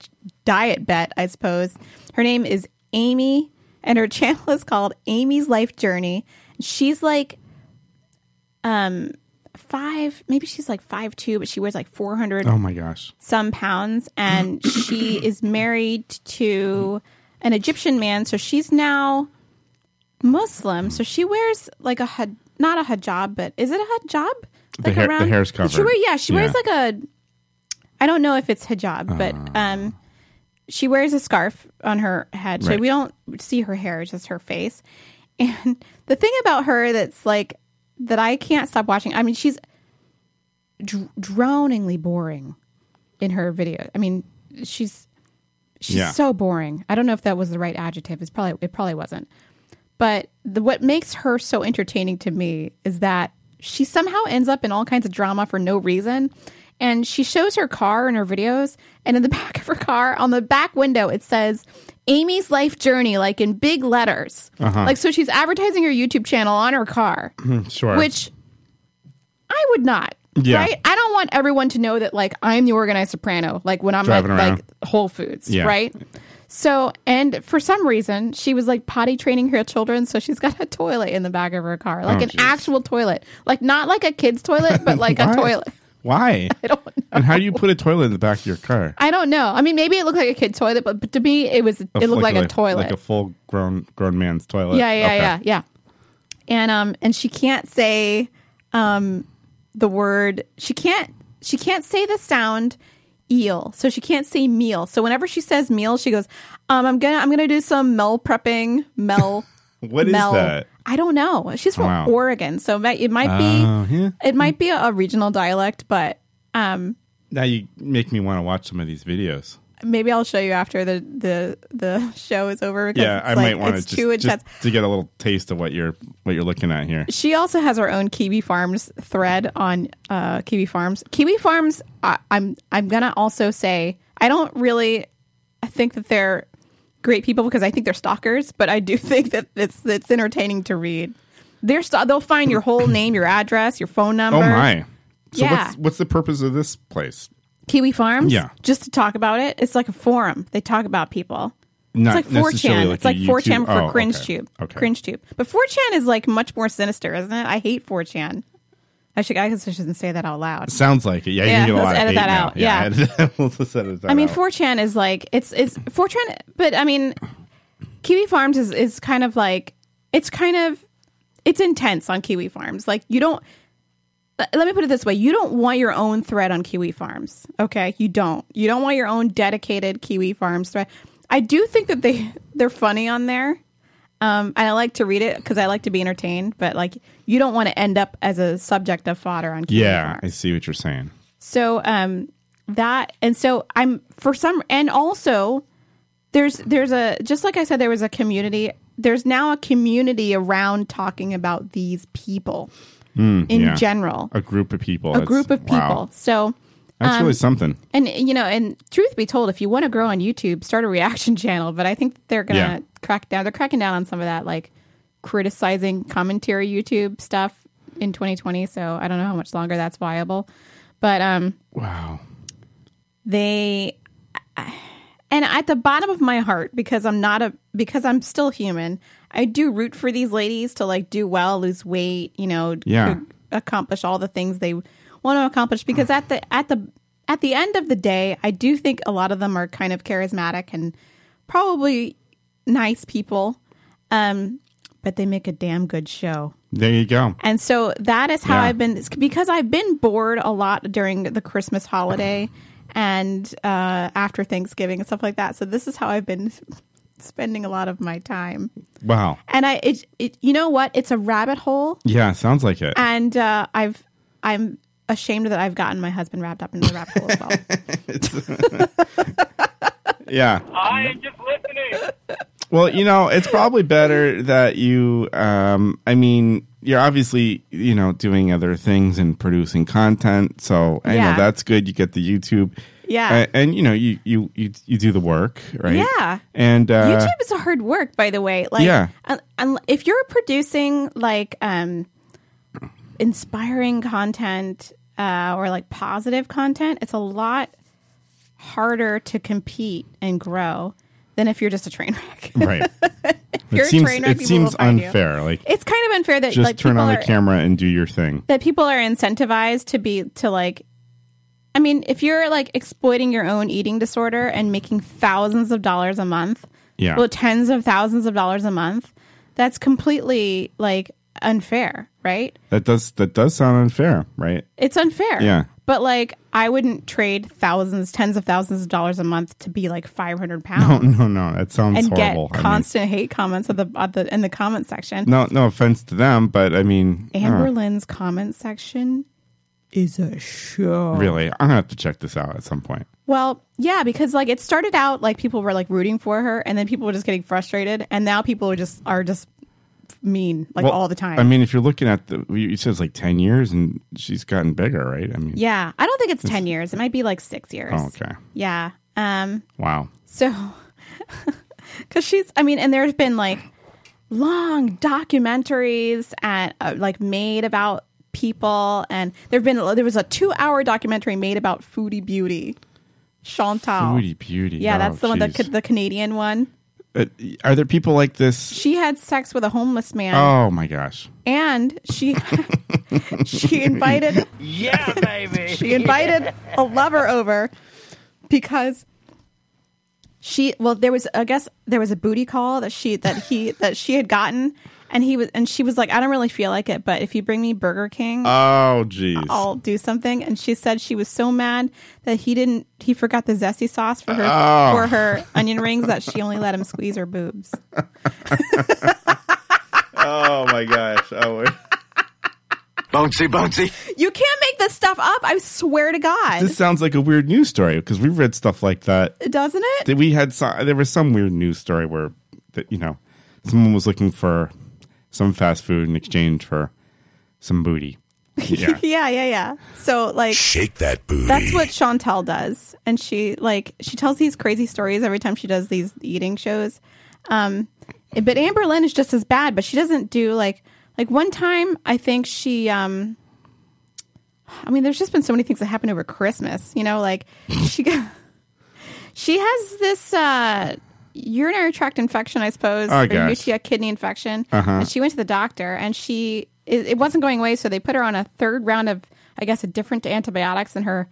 Speaker 1: diet bet, I suppose. Her name is Amy, and her [laughs] channel is called Amy's Life Journey. She's like, um, five, maybe she's like five two, but she weighs like 400
Speaker 2: Oh my gosh.
Speaker 1: some pounds and she
Speaker 2: [clears throat]
Speaker 1: is married to an Egyptian man so she's now Muslim so she wears like a had, not a hijab but is it a hijab
Speaker 2: The hair- the hair's
Speaker 1: Did she
Speaker 2: covered.
Speaker 1: wear, yeah she wears
Speaker 2: Yeah. Ah.
Speaker 1: like a I don't know if it's hijab but um she wears a scarf on her head so
Speaker 2: Right.
Speaker 1: we don't see her hair it's just her face and the thing about her that's like that I can't stop watching I mean she's dr- drowningly boring in her video. I mean, she's she's
Speaker 2: Yeah.
Speaker 1: so boring. I don't know if that was the right adjective. It's probably it probably wasn't. But the, what makes her so entertaining to me is that she somehow ends up in all kinds of drama for no reason. And she shows her car in her videos, and in the [laughs] back of her car, on the back window, it says Amy's life journey, like in big letters.
Speaker 2: Uh-huh. Mm-hmm.
Speaker 1: Like so, she's advertising her YouTube channel on her car
Speaker 2: Sure.
Speaker 1: which I would not.
Speaker 2: Yeah.
Speaker 1: Right? I don't want everyone to know that like I'm the organized soprano, like when I'm at
Speaker 2: Driving around.
Speaker 1: like Whole Foods,
Speaker 2: Yeah.
Speaker 1: right? So, and for some reason, she was like potty training her children, so she's got a toilet in the back of her car, like
Speaker 2: Oh,
Speaker 1: an
Speaker 2: jeez.
Speaker 1: actual toilet, like not like a kid's toilet, but like a
Speaker 2: [laughs] Why?
Speaker 1: toilet. [laughs]
Speaker 2: Why? I
Speaker 1: don't know.
Speaker 2: And how do you put a toilet in the back of your car?
Speaker 1: I don't know. I mean, maybe it looked like a kid toilet, but, but to me, it was it looked like, a toilet,
Speaker 2: like a full grown grown man's toilet.
Speaker 1: Yeah, yeah,
Speaker 2: Okay.
Speaker 1: yeah, yeah. And um, and she can't say um the word. She can't. She can't say the sound eel. So she can't say meal. So whenever she says meal, she goes, um, I'm gonna I'm gonna do some mel prepping. Mel.
Speaker 2: [laughs] What is
Speaker 1: mel.
Speaker 2: that?
Speaker 1: I don't know. She's from
Speaker 2: Wow.
Speaker 1: Oregon, so it might, it might be
Speaker 2: Oh, yeah.
Speaker 1: it might be a, a regional dialect, but um,
Speaker 2: Now you make me want to watch some of these videos.
Speaker 1: maybe I'll show you after the the the [laughs] show is over. Because
Speaker 2: yeah,
Speaker 1: it's
Speaker 2: I
Speaker 1: like,
Speaker 2: might want to
Speaker 1: it's
Speaker 2: just,
Speaker 1: too
Speaker 2: just
Speaker 1: intense.
Speaker 2: to get a little taste of what you're what you're looking at here.
Speaker 1: She also has her own Kiwi Farms thread on uh, Kiwi Farms. Kiwi Farms. I, I'm I'm gonna also say I don't really I think that they're great people because I think they're stalkers, but I do [laughs] think that it's it's entertaining to read. They're st- they'll find your
Speaker 2: [coughs]
Speaker 1: whole name, your address, your phone number.
Speaker 2: Oh my! So
Speaker 1: Yeah.
Speaker 2: what's what's the purpose of this place?
Speaker 1: Kiwi Farms.
Speaker 2: Yeah.
Speaker 1: just to talk about it. It's like a forum. They talk about people.
Speaker 2: Not
Speaker 1: it's like 4chan.
Speaker 2: necessarily
Speaker 1: it's like
Speaker 2: a
Speaker 1: 4chan
Speaker 2: YouTube-
Speaker 1: for
Speaker 2: oh,
Speaker 1: cringe
Speaker 2: okay.
Speaker 1: tube.
Speaker 2: Okay.
Speaker 1: Cringe tube. But 4chan is like much more sinister, isn't it? I hate 4chan. I should I guess I shouldn't say that out loud.
Speaker 2: Sounds like it. Yeah,
Speaker 1: Yeah,
Speaker 2: you get
Speaker 1: let's
Speaker 2: a lot of
Speaker 1: edit
Speaker 2: hate
Speaker 1: that
Speaker 2: now.
Speaker 1: out. Yeah.
Speaker 2: [laughs] Yeah, let's edit that
Speaker 1: I mean
Speaker 2: out.
Speaker 1: 4chan is like it's it's 4chan but I mean Kiwi Farms is is kind of like it's kind of it's intense on Kiwi Farms. Like you don't Let let me put it this way: you don't want your own thread on Kiwi Farms, okay? You don't. You don't want your own dedicated Kiwi Farms thread. I do think that they [laughs] they're funny on there. Um, and I like to read it because I like to be entertained. But like, you don't want to end up as a subject of fodder on Kiwi Farms.
Speaker 2: Yeah, I see what you're saying.
Speaker 1: So um that and so I'm for some and also there's there's a just like I said there was a community there's now a community around talking about these people
Speaker 2: Mm,
Speaker 1: in
Speaker 2: yeah.
Speaker 1: general
Speaker 2: a group of people,
Speaker 1: a
Speaker 2: That's-
Speaker 1: group of people
Speaker 2: wow.
Speaker 1: so
Speaker 2: That's
Speaker 1: um,
Speaker 2: really something.
Speaker 1: and you know and truth be told if you want to grow on YouTube start a reaction [laughs] channel but I think they're gonna
Speaker 2: Yeah.
Speaker 1: crack down they're cracking down on some of that like criticizing commentary YouTube stuff in 2020 so I don't know how much longer that's viable but um
Speaker 2: Wow.
Speaker 1: they and at the bottom of my heart because i'm not a because i'm still human i do root for these ladies to like do well lose weight you know
Speaker 2: Yeah.
Speaker 1: ac- accomplish all the things they want to accomplish because at the at the at the end of the day i do think a lot of them are kind of charismatic and probably nice people um but they make a damn good show
Speaker 2: There you go.
Speaker 1: and so that is how
Speaker 2: Yeah.
Speaker 1: I've been it's because I've been bored a lot during the Christmas holiday and uh, after Thanksgiving and stuff like that. So this is how I've been spending a lot of my time.
Speaker 2: Wow.
Speaker 1: And I, it, it you know what? It's a rabbit hole,
Speaker 2: Yeah, sounds like it.
Speaker 1: and uh, I've I'm ashamed that I've gotten my husband wrapped up in the rabbit hole as well.
Speaker 2: [laughs] yeah.
Speaker 3: I am just listening.
Speaker 2: Well, you know, it's probably better that you. Um, I mean, you're obviously you know doing other things and producing content, so I
Speaker 1: Yeah.
Speaker 2: know that's good. You get the YouTube.
Speaker 1: Yeah.
Speaker 2: A- and, you know you, you you you do the work, right?
Speaker 1: Yeah.
Speaker 2: And uh,
Speaker 1: YouTube is a hard work, by the way. Like,
Speaker 2: Yeah.
Speaker 1: un- un- if you're producing like um, inspiring content uh, or like positive content, it's a lot harder to compete and grow than if you're just a train wreck.
Speaker 2: [laughs] right.
Speaker 1: [laughs] you're
Speaker 2: it
Speaker 1: a
Speaker 2: seems
Speaker 1: trainer,
Speaker 2: it
Speaker 1: people
Speaker 2: seems
Speaker 1: will find you.
Speaker 2: unfair. Like
Speaker 1: It's kind of unfair that
Speaker 2: just
Speaker 1: like
Speaker 2: turn
Speaker 1: people
Speaker 2: on the
Speaker 1: are,
Speaker 2: camera and do your thing.
Speaker 1: that people are incentivized to be to like I mean, if you're like exploiting your own eating disorder and making thousands of dollars a month,
Speaker 2: Yeah.
Speaker 1: well, tens of thousands of dollars a month, that's completely like unfair, right?
Speaker 2: That does that does sound unfair, right? [laughs]
Speaker 1: It's unfair.
Speaker 2: Yeah.
Speaker 1: But like, I wouldn't trade thousands, tens of thousands of dollars a month to be like 500
Speaker 2: [laughs] No,
Speaker 1: pounds
Speaker 2: Oh, no, no. That sounds
Speaker 1: and
Speaker 2: horrible.
Speaker 1: get
Speaker 2: I mean,
Speaker 1: constant hate comments at the, at the in the comment section.
Speaker 2: no, Uh. no offense to them, but I mean, I don't know.
Speaker 1: Amber Lynn's comment section is a show.
Speaker 2: Really, I'm gonna have to check this out at some point.
Speaker 1: Well, yeah, because like it started out like people were like rooting for her, and then people were just getting frustrated, and now people are just are just mean like
Speaker 2: Well,
Speaker 1: all the time.
Speaker 2: I mean, if you're looking at the, it says like ten years, and she's gotten bigger, right? I mean,
Speaker 1: yeah, I don't think it's ten years. It might be like six years.
Speaker 2: Oh, okay.
Speaker 1: Yeah. Um.
Speaker 2: Wow.
Speaker 1: So, [laughs] because she's, I mean, and there's been like long documentaries and uh, like made about people, and there've been there was a two hour documentary made about Foodie Beauty, Chantal.
Speaker 2: Foodie Beauty.
Speaker 1: Yeah,
Speaker 2: Oh,
Speaker 1: that's the one, the,
Speaker 2: jeez.
Speaker 1: the Canadian one.
Speaker 2: Uh, are there people like this?
Speaker 1: She had sex with a homeless man,
Speaker 2: Oh my gosh.
Speaker 1: and she [laughs]
Speaker 2: [laughs]
Speaker 1: she invited
Speaker 6: Yeah, baby.
Speaker 1: [laughs] she invited a lover over because she well there was i guess there was a booty call that she that he that she had gotten and he was and she was like i don't really feel like it but if you bring me burger king
Speaker 2: Oh jeez.
Speaker 1: i'll do something and she said she was so mad that he didn't he forgot the zesty sauce for her
Speaker 2: Oh.
Speaker 1: for her onion rings that she only let him squeeze her boobs
Speaker 2: Oh my gosh. Oh.
Speaker 6: Bouncy, bouncy.
Speaker 1: you can't make this stuff up i swear to god
Speaker 2: This sounds like a weird news story because we've read stuff like that.
Speaker 1: doesn't it
Speaker 2: That we had so- there was some weird news story where that you know someone was looking for some fast food in exchange for some booty. Yeah.
Speaker 1: yeah yeah yeah so like
Speaker 11: Shake that booty.
Speaker 1: That's what Chantel does, and she like she tells these crazy stories every time she does these eating shows. Um, but Amber Lynn is just as bad, but she doesn't do like like one time I think she um. I mean, there's just been so many things that happened over Christmas, you know. Like she got, [laughs] she has this uh, urinary tract infection, I suppose,
Speaker 2: Oh,
Speaker 1: or
Speaker 2: gosh.
Speaker 1: UTI kidney infection,
Speaker 2: Uh-huh.
Speaker 1: and she went to the doctor, and she it, it wasn't going away, so they put her on a third round of, I guess, a different antibiotics, and her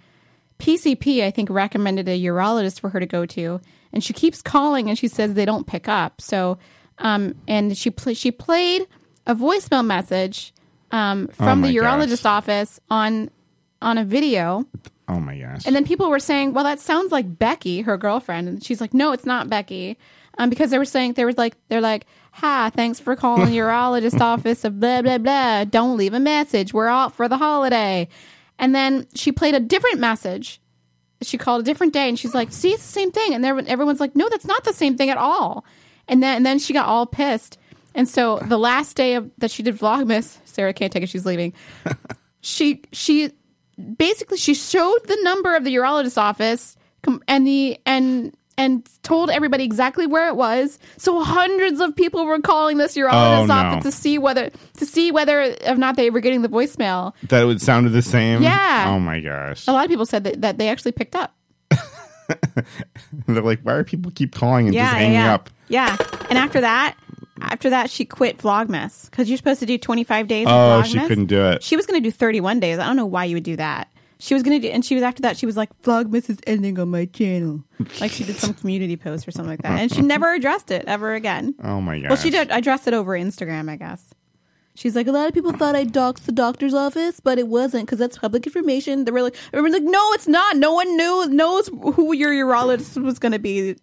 Speaker 1: PCP, I think, recommended a urologist for her to go to, and she keeps calling, and she says they don't pick up. So, um, and she pl- she played a voicemail message
Speaker 12: um,
Speaker 2: Oh
Speaker 12: from
Speaker 2: my
Speaker 12: the
Speaker 2: gosh.
Speaker 12: urologist office on on a video.
Speaker 2: Oh my gosh.
Speaker 12: And then people were saying, "Well, that sounds like Becky, her girlfriend." And she's like, "No, it's not Becky," um, because they were saying they were like, "They're like, hi, thanks for calling the urologist office of blah blah blah. Don't leave a message. We're out for the holiday." And then she played a different message. She called a different day, and she's like, "See, it's the same thing." And there, everyone's like, "No, that's not the same thing at all." And then, and then she got all pissed. And so the last day of, that she did Vlogmas, Sarah can't take it; she's leaving she she basically she showed the number of the urologist's office com- and the and and told everybody exactly where it was. So hundreds of people were calling this urologist's
Speaker 2: Oh, no.
Speaker 12: office to see whether to see whether or not they were getting the voicemail.
Speaker 2: that would sound the same.
Speaker 12: Yeah.
Speaker 2: Oh my gosh.
Speaker 12: A lot of people said that, that they actually picked up.
Speaker 2: [laughs] They're like, why are people keep calling and just hanging
Speaker 12: yeah.
Speaker 2: up?
Speaker 12: Yeah.
Speaker 1: And after that, after that, she quit Vlogmas because you're supposed to do 25 days. of
Speaker 2: Oh, she
Speaker 1: Vlogmas.
Speaker 2: couldn't do it.
Speaker 1: She was going to do 31 days. I don't know why you would do that. She was going to do, and she was after that. She was like, "Vlogmas is ending on my channel." Like she did some community post or something like that, and she never addressed it ever again.
Speaker 2: Oh my gosh.
Speaker 1: Well, she did address it over Instagram, I guess. She's like, a lot of people thought I doxed the doctor's office, but it wasn't because that's public information. They were like, they were like, no, it's not. No one knew knows who your urologist was going to be.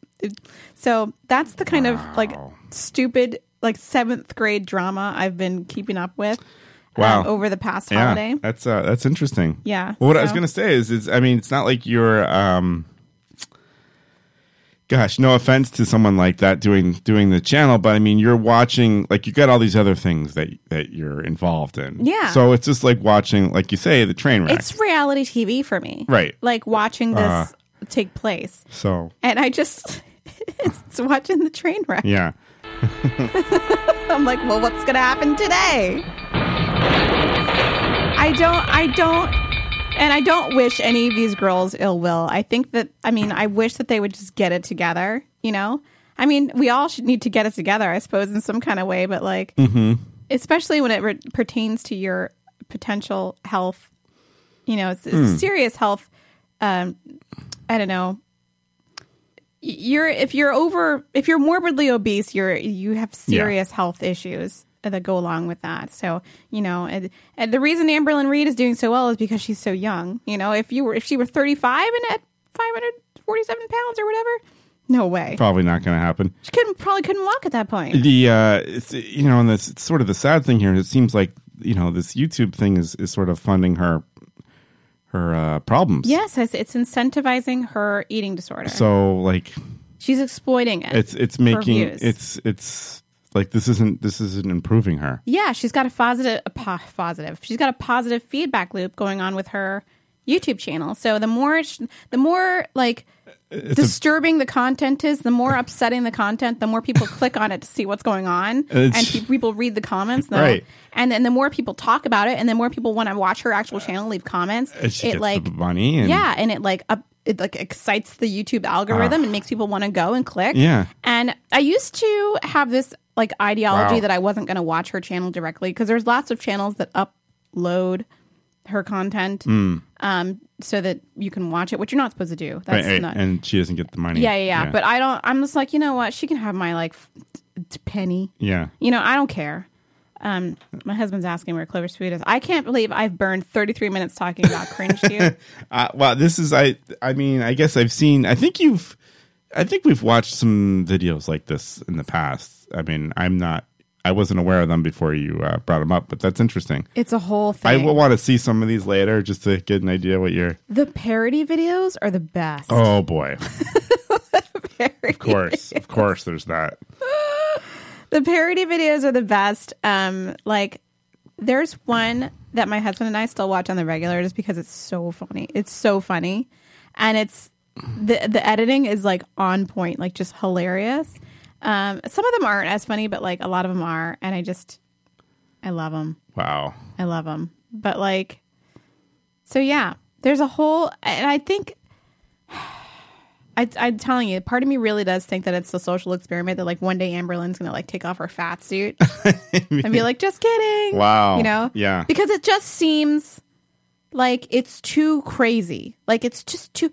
Speaker 1: So that's the kind of like stupid like seventh grade drama I've been keeping up with. uh,
Speaker 2: Wow.
Speaker 1: over the past
Speaker 2: Yeah,
Speaker 1: holiday.
Speaker 2: That's uh, that's interesting.
Speaker 1: Yeah,
Speaker 2: Well, what I was
Speaker 1: so-
Speaker 2: gonna say is, is I mean, it's not like you're. Um, gosh, no offense to someone like that doing doing the channel, but I mean, you're watching like you got all these other things that that you're involved in.
Speaker 1: Yeah.
Speaker 2: So it's just like watching, like you say, the train wreck.
Speaker 1: It's reality TV for me.
Speaker 2: Right.
Speaker 1: Like watching this
Speaker 2: Uh.
Speaker 1: take place.
Speaker 2: so
Speaker 1: And I just, [laughs] it's watching the train wreck.
Speaker 2: yeah.
Speaker 1: [laughs] I'm like, well, what's gonna happen today? I don't, I don't, and I don't wish any of these girls ill will. I think that, I mean, I wish that they would just get it together. You know, I mean, we all should need to get it together, I suppose, in some kind of way. But like,
Speaker 2: Mm-hmm.
Speaker 1: especially when it re- pertains to your potential health, you know, it's, it's
Speaker 12: Hmm.
Speaker 1: serious health. Um, I don't know. Y- You're if you're over if you're morbidly obese, you're you have
Speaker 12: Yeah.
Speaker 1: serious health issues that go along with that. So you know, and, and the reason Amberlynn Reed is doing so well is because she's so young. You know, if you were if she were 35 and at 547 pounds or whatever, no way.
Speaker 2: Probably not gonna happen.
Speaker 1: She couldn't probably couldn't walk at that point.
Speaker 2: the uh it's, you know and that's it's sort of the sad thing here it seems like you know this youtube thing is is sort of funding her her uh problems
Speaker 1: Yes, it's, it's incentivizing her eating disorder.
Speaker 2: so like
Speaker 1: She's exploiting it.
Speaker 2: it's it's
Speaker 1: for
Speaker 2: making
Speaker 1: views.
Speaker 2: it's it's like this isn't this isn't improving her
Speaker 1: yeah. She's got a positive a po- positive. She's got a positive feedback loop going on with her YouTube channel. So the more sh- the more like
Speaker 2: a-
Speaker 1: disturbing the content is, the more upsetting the content, the more people click on it to see what's going on,
Speaker 2: It's-
Speaker 1: and pe- people read the comments. though.
Speaker 2: Right.
Speaker 1: And then the more people talk about it, and the more people want to watch her actual channel, leave comments.
Speaker 2: Uh, And she
Speaker 1: it
Speaker 2: gets
Speaker 1: like
Speaker 2: the money and
Speaker 1: yeah, and it like up, it like excites the YouTube algorithm
Speaker 2: Ah.
Speaker 1: and makes people want to go and click.
Speaker 2: Yeah.
Speaker 1: And I used to have this like ideology
Speaker 12: Wow.
Speaker 1: that I wasn't going to watch her channel directly because there's lots of channels that upload her content
Speaker 2: Mm.
Speaker 1: um, so that you can watch it, which you're not supposed to do.
Speaker 2: right,
Speaker 1: That's
Speaker 2: right,
Speaker 1: not.
Speaker 2: and she doesn't get the money
Speaker 1: yeah, yeah, yeah, But I don't. I'm just like, you know what? She can have my like f- t- penny.
Speaker 2: yeah
Speaker 1: You know, I don't care. Um, my husband's asking where Clover Sweet is. I can't believe I've burned 33 minutes talking about cringe
Speaker 2: [laughs]
Speaker 1: cute.
Speaker 2: uh, well this is i i mean i guess i've seen i think you've i think we've watched some videos like this in the past i mean i'm not i wasn't aware of them before you uh, brought them up but that's interesting
Speaker 12: It's a whole
Speaker 2: I
Speaker 12: thing.
Speaker 2: will want to see some of these later just to get an idea what you're.
Speaker 12: the parody videos are the best.
Speaker 1: [laughs]
Speaker 2: Oh boy! of course, of course. There's that.
Speaker 1: [laughs] the parody videos are the best. Um, like there's one that my husband and I still watch on the regular just because it's so funny. It's so funny, and it's the the editing is like on point, like just hilarious. Um, some of them aren't as funny, but like a lot of them are, and I just I love them.
Speaker 2: Wow.
Speaker 1: I love them. But like, so yeah, there's a whole, and I think, [sighs] I, I'm telling you, part of me really does think that it's the social experiment that like one day Amberlynn's gonna like take off her fat
Speaker 2: [laughs]
Speaker 1: suit and be like, just kidding.
Speaker 2: Wow.
Speaker 1: You know?
Speaker 2: Yeah.
Speaker 1: Because it just seems like it's too crazy. Like it's just too,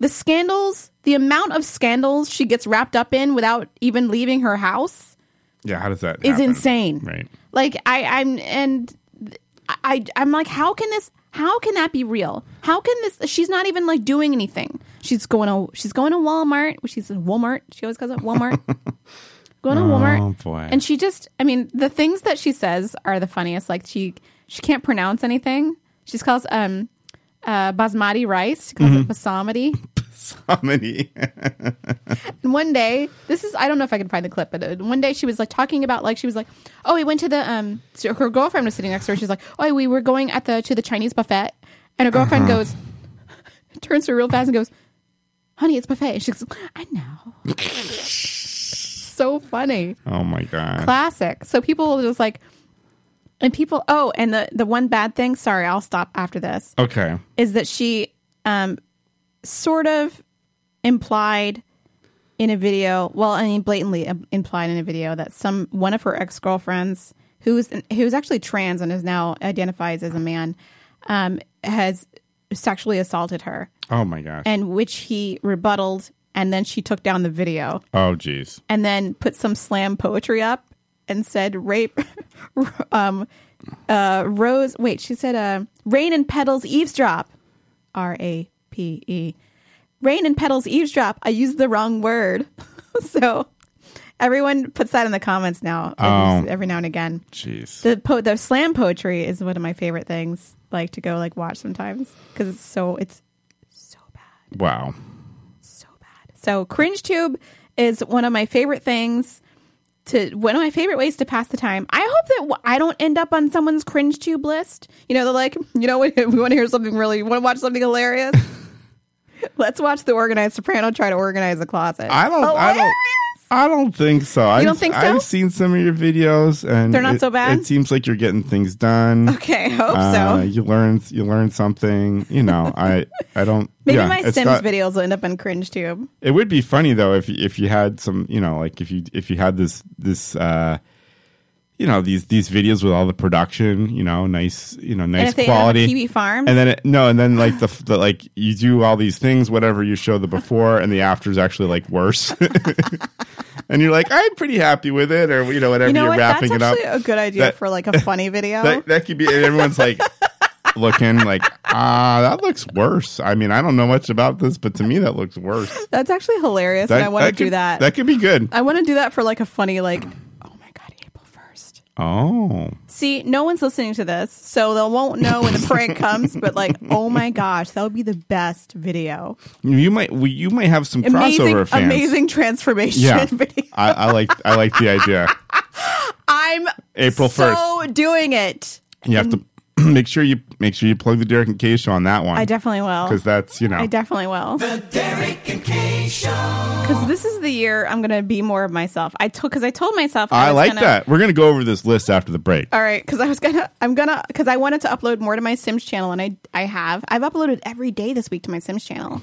Speaker 1: the scandals, the amount of scandals she gets wrapped up in without even leaving her house
Speaker 2: Yeah. How does that?
Speaker 1: is
Speaker 2: happen?
Speaker 1: insane
Speaker 2: Right.
Speaker 1: like i i'm and th- I, I am like, how can this? How can that be real? How can this? She's not even like doing anything. She's going to she's going to Walmart. She's in Walmart. She always goes to
Speaker 2: [laughs]
Speaker 1: Walmart. going to Walmart.
Speaker 2: Oh, boy.
Speaker 1: And she just, I mean, the things that she says are the funniest. Like she she can't pronounce anything. She just calls um uh basmati rice. She calls
Speaker 2: Mm-hmm.
Speaker 1: it basamati.
Speaker 2: [laughs] How many?
Speaker 1: And one day, this is I don't know if I can find the clip, but uh, one day she was like talking about like she was like, oh, we went to the um, so her girlfriend was sitting next to her. She's like, oh, we were going at the to the Chinese buffet, and her girlfriend goes, [laughs] turns to her real fast and goes, honey, it's buffet. And she goes, I know. so funny,
Speaker 2: oh my god.
Speaker 1: classic. So people will just like, and people. Oh, and the the one bad thing. Sorry, I'll stop after this
Speaker 2: Okay.
Speaker 1: is that she um sort of implied in a video well i mean blatantly im- implied in a video that some one of her ex-girlfriends who's who's actually trans and is now identifies as a man um has sexually assaulted her
Speaker 2: Oh my gosh.
Speaker 1: and which he rebutted and then she took down the video
Speaker 2: oh jeez.
Speaker 1: and then put some slam poetry up and said rape [laughs] um uh rose wait she said uh rain and petals eavesdrop r a p e rain and petals eavesdrop i used the wrong word [laughs] so everyone puts that in the comments now
Speaker 2: Oh.
Speaker 1: every now and again
Speaker 2: Jeez.
Speaker 1: the po- the slam poetry is one of my favorite things like to go like watch sometimes because it's so it's so bad
Speaker 2: Wow.
Speaker 1: so bad. So cringe tube is one of my favorite things to one of my favorite ways to pass the time. I hope that w- I don't end up on someone's cringe tube list. You know, they're like, you know, [laughs] we, we want to hear something really, we want to watch something
Speaker 2: [laughs]
Speaker 1: hilarious. Let's watch the organized soprano try to organize a closet.
Speaker 2: I don't. I don't.
Speaker 1: Hilarious!
Speaker 2: I don't think so. I've,
Speaker 1: don't think so?
Speaker 2: I've seen some of your videos, and
Speaker 1: They're not
Speaker 2: it-
Speaker 1: so bad?
Speaker 2: It seems like you're getting things done.
Speaker 1: Okay, I hope
Speaker 2: Uh,
Speaker 1: so.
Speaker 2: you learn. You learn something. You know. I. I don't.
Speaker 1: [laughs] Maybe
Speaker 2: yeah,
Speaker 1: my
Speaker 2: it's
Speaker 1: Sims
Speaker 2: not-
Speaker 1: videos will end up on cringe tube.
Speaker 2: It would be funny though if if you had some. You know, like if you if you had this this. uh you know these these videos with all the production, you know, nice, you know, nice
Speaker 1: if they end up on
Speaker 2: quality.
Speaker 1: PB Farms?
Speaker 2: and then it, no, and then like the, f- the like you do all these things, whatever you show the before, and the after is actually like worse. [laughs] and you're like, I'm pretty happy with it, or you know, whatever
Speaker 1: You know
Speaker 2: are
Speaker 1: what? That's
Speaker 2: wrapping it up.
Speaker 1: actually a good idea
Speaker 2: [laughs] That-
Speaker 1: for like a funny video.
Speaker 2: that that could be, and
Speaker 1: [laughs]
Speaker 2: everyone's like looking like, ah, that looks worse. I mean, I don't know much about this, but to me, that looks
Speaker 1: [laughs]
Speaker 2: worse.
Speaker 1: That's actually hilarious, and I want to
Speaker 2: could-
Speaker 1: do that.
Speaker 2: That could be good.
Speaker 1: I want to do that for like a funny like. Oh my god, April first.
Speaker 2: Oh,
Speaker 1: See, no one's listening to this, so they won't know when the
Speaker 2: [laughs]
Speaker 1: prank comes. But like, oh my gosh, that would be the best video.
Speaker 2: you might we- you might have some
Speaker 1: Amazing,
Speaker 2: crossover fans.
Speaker 1: amazing transformation [laughs]
Speaker 2: Yeah,
Speaker 1: video.
Speaker 2: I, I like I like the idea.
Speaker 1: I'm
Speaker 2: April first.
Speaker 1: so doing it.
Speaker 2: You have to [clears throat] make sure you make sure you plug the Derek and Kay show on that one.
Speaker 1: I definitely will.
Speaker 2: because that's you know.
Speaker 1: I definitely will. The Derek and Kay Show. Because this is the year I'm gonna be more of myself. I told because I told myself
Speaker 2: I
Speaker 1: was
Speaker 2: like
Speaker 1: gonna-
Speaker 2: that. We're gonna go over this list after the break.
Speaker 1: All right, because I was gonna, I'm gonna, because I wanted to upload more to my Sims channel, and I, I have, I've uploaded every day this week to my Sims channel.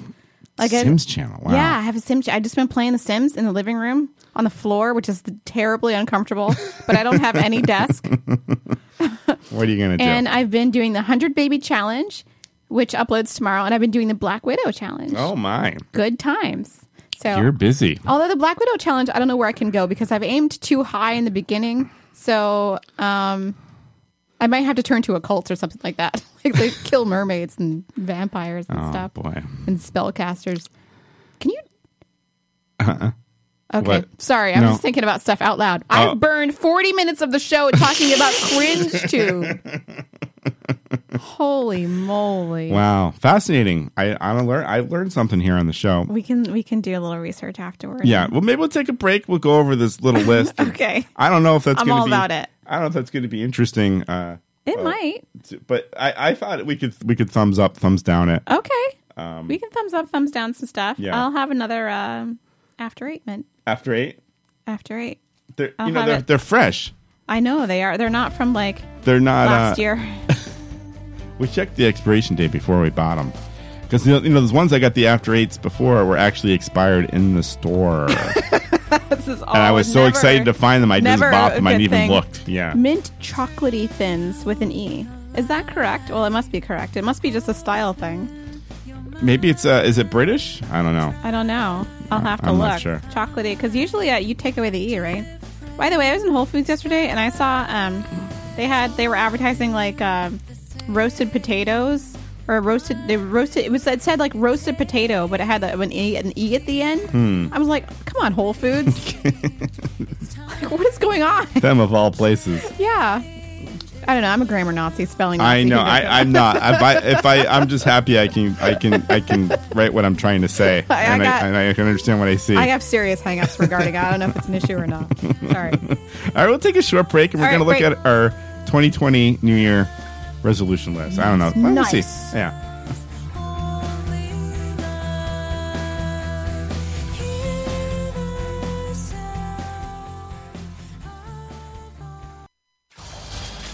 Speaker 1: Like I-
Speaker 2: Sims channel. Wow.
Speaker 1: Yeah, I have a Sim. I just been playing the Sims in the living room on the floor, which is terribly uncomfortable. but I don't have
Speaker 2: [laughs]
Speaker 1: any desk,
Speaker 2: What are you gonna
Speaker 1: and
Speaker 2: do?
Speaker 1: I've been doing the hundred baby challenge, which uploads tomorrow, and I've been doing the Black Widow challenge.
Speaker 2: oh my,
Speaker 1: good times. So
Speaker 2: you're busy.
Speaker 1: Although the Black Widow challenge, I don't know where I can go because I've aimed too high in the beginning. So um, I might have to turn to occults or something like that. [laughs] like they kill mermaids and vampires and
Speaker 2: Oh
Speaker 1: stuff
Speaker 2: boy.
Speaker 1: and spellcasters. Can you? Okay.
Speaker 2: Uh-uh. What?
Speaker 1: Sorry, I'm
Speaker 2: No.
Speaker 1: just thinking about stuff out loud.
Speaker 2: Oh.
Speaker 1: I've burned 40 minutes of the show talking
Speaker 2: [laughs]
Speaker 1: about cringe tube. Holy moly.
Speaker 2: Wow, fascinating. I I don't learn. I learned something here on the show.
Speaker 1: We can we can do a little research afterwards.
Speaker 2: Yeah. Well, maybe we'll take a break. We'll go over this
Speaker 1: [laughs]
Speaker 2: little list.
Speaker 1: Okay.
Speaker 2: I don't know if that's.
Speaker 1: I'm
Speaker 2: gonna
Speaker 1: all
Speaker 2: be,
Speaker 1: about it.
Speaker 2: I don't know if that's going to be interesting. Uh,
Speaker 1: It might.
Speaker 2: to- but I I thought we could we could thumbs up, thumbs down it.
Speaker 1: Okay. we can thumbs up, thumbs down some stuff.
Speaker 2: Um, Yeah.
Speaker 1: I'll have another um, after eight mint.
Speaker 2: After eight,
Speaker 1: After eight.
Speaker 2: they're
Speaker 1: I'll
Speaker 2: you know
Speaker 1: have
Speaker 2: they're
Speaker 1: it.
Speaker 2: they're fresh.
Speaker 1: I know they are. They're not from like
Speaker 2: They're not
Speaker 1: last
Speaker 2: uh,
Speaker 1: year. [laughs]
Speaker 2: We checked the expiration date before we bought them. Because you know, you know, those ones I got the after eights before were actually expired in
Speaker 1: [laughs]
Speaker 2: the store, and
Speaker 1: this is all.
Speaker 2: I was so
Speaker 1: Oh, never-
Speaker 2: excited to find them, I just
Speaker 1: never
Speaker 2: bought
Speaker 1: a
Speaker 2: them. I
Speaker 1: good
Speaker 2: even
Speaker 1: thing.
Speaker 2: looked. Yeah,
Speaker 1: Mint chocolatey thins with an E. Is that correct? Well, it must be correct. It must be just a style thing.
Speaker 2: maybe it's uh, is it British? I don't know.
Speaker 1: I don't know. I'll have to
Speaker 2: I'm
Speaker 1: look.
Speaker 2: not sure.
Speaker 1: Chocolatey, because usually uh, you take away the E, right? By the way, I was in Whole Foods yesterday and I saw um, They had they were advertising like um, roasted potatoes or roasted they roasted it was it said like roasted potato but it had a- an e, an e at the end.
Speaker 2: Hmm.
Speaker 1: I was like, come on, Whole
Speaker 2: [laughs]
Speaker 1: Foods, [laughs] like what is going on?
Speaker 2: Them of
Speaker 1: [laughs]
Speaker 2: all places.
Speaker 1: yeah, I don't know. I'm a grammar Nazi, spelling. Nazi.
Speaker 2: I know. I, I'm not. If I, if I, I'm
Speaker 1: [laughs]
Speaker 2: just happy I can, I can, I can write what I'm trying to say,
Speaker 1: I
Speaker 2: and,
Speaker 1: got-
Speaker 2: I, and I can understand what I see.
Speaker 1: I have serious hangups regarding. I don't know if it's an issue or not. Sorry.
Speaker 2: All right, we'll take a short break, and we're
Speaker 1: All
Speaker 2: going
Speaker 1: right,
Speaker 2: to look at our 2020 New Year resolution list. I don't know. Well, We'll see. Yeah.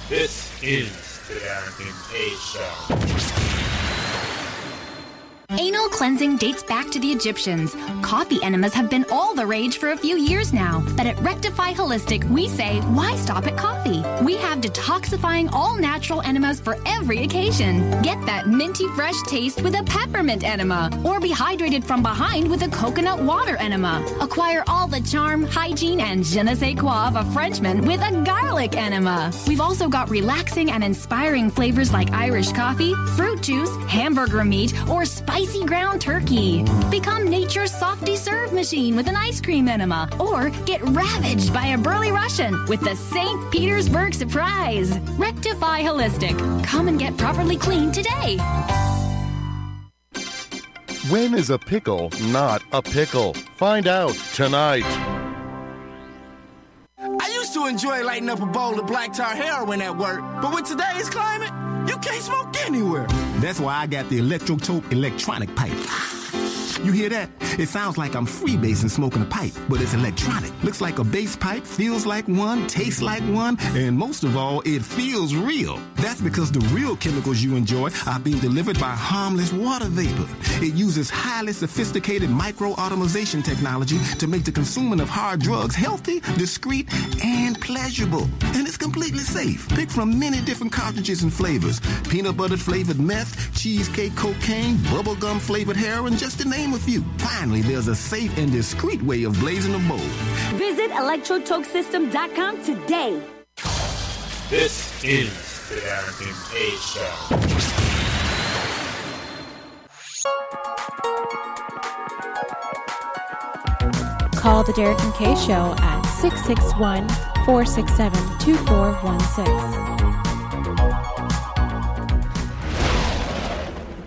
Speaker 13: This is the Darrington K Show.
Speaker 11: Anal cleansing dates back to the Egyptians. Coffee enemas have been all the rage for a few years now. But at Rectify Holistic, we say, why stop at coffee? We have detoxifying all natural enemas for every occasion. Get that minty fresh taste with a peppermint enema, or be hydrated from behind with a coconut water enema. Acquire all the charm, hygiene, and je ne sais quoi of a Frenchman with a garlic enema. We've also got relaxing and inspiring flavors like Irish coffee, fruit juice, hamburger meat, or spicy ground turkey. Become nature's softy serve machine with an ice cream enema, or get ravaged by a burly Russian with the St. Petersburg surprise. Rectify Holistic. Come and get properly clean today.
Speaker 14: When is a pickle not a pickle? Find out tonight.
Speaker 15: I used to enjoy lighting up a bowl of black tar heroin at work, but with today's climate, you can't smoke anywhere.
Speaker 16: That's why I got the Electrotope electronic pipe. You hear that? It sounds like I'm freebasing smoking a pipe, but it's electronic. Looks like a bass pipe, feels like one, tastes like one, and most of all, it feels real. That's because the real chemicals you enjoy are being delivered by harmless water vapor. It uses highly sophisticated micro-automation technology to make the consuming of hard drugs healthy, discreet, and pleasurable. And it's completely safe. Pick from many different cartridges and flavors. Peanut butter flavored meth, cheesecake cocaine, bubblegum flavored heroin, just to name a few. Finally, there's a safe and discreet way of blazing a bowl.
Speaker 5: Visit electrotokesystem.com today.
Speaker 13: This is the Darrington K Show.
Speaker 17: Call the Derek and Kay Show at 661 467 2416.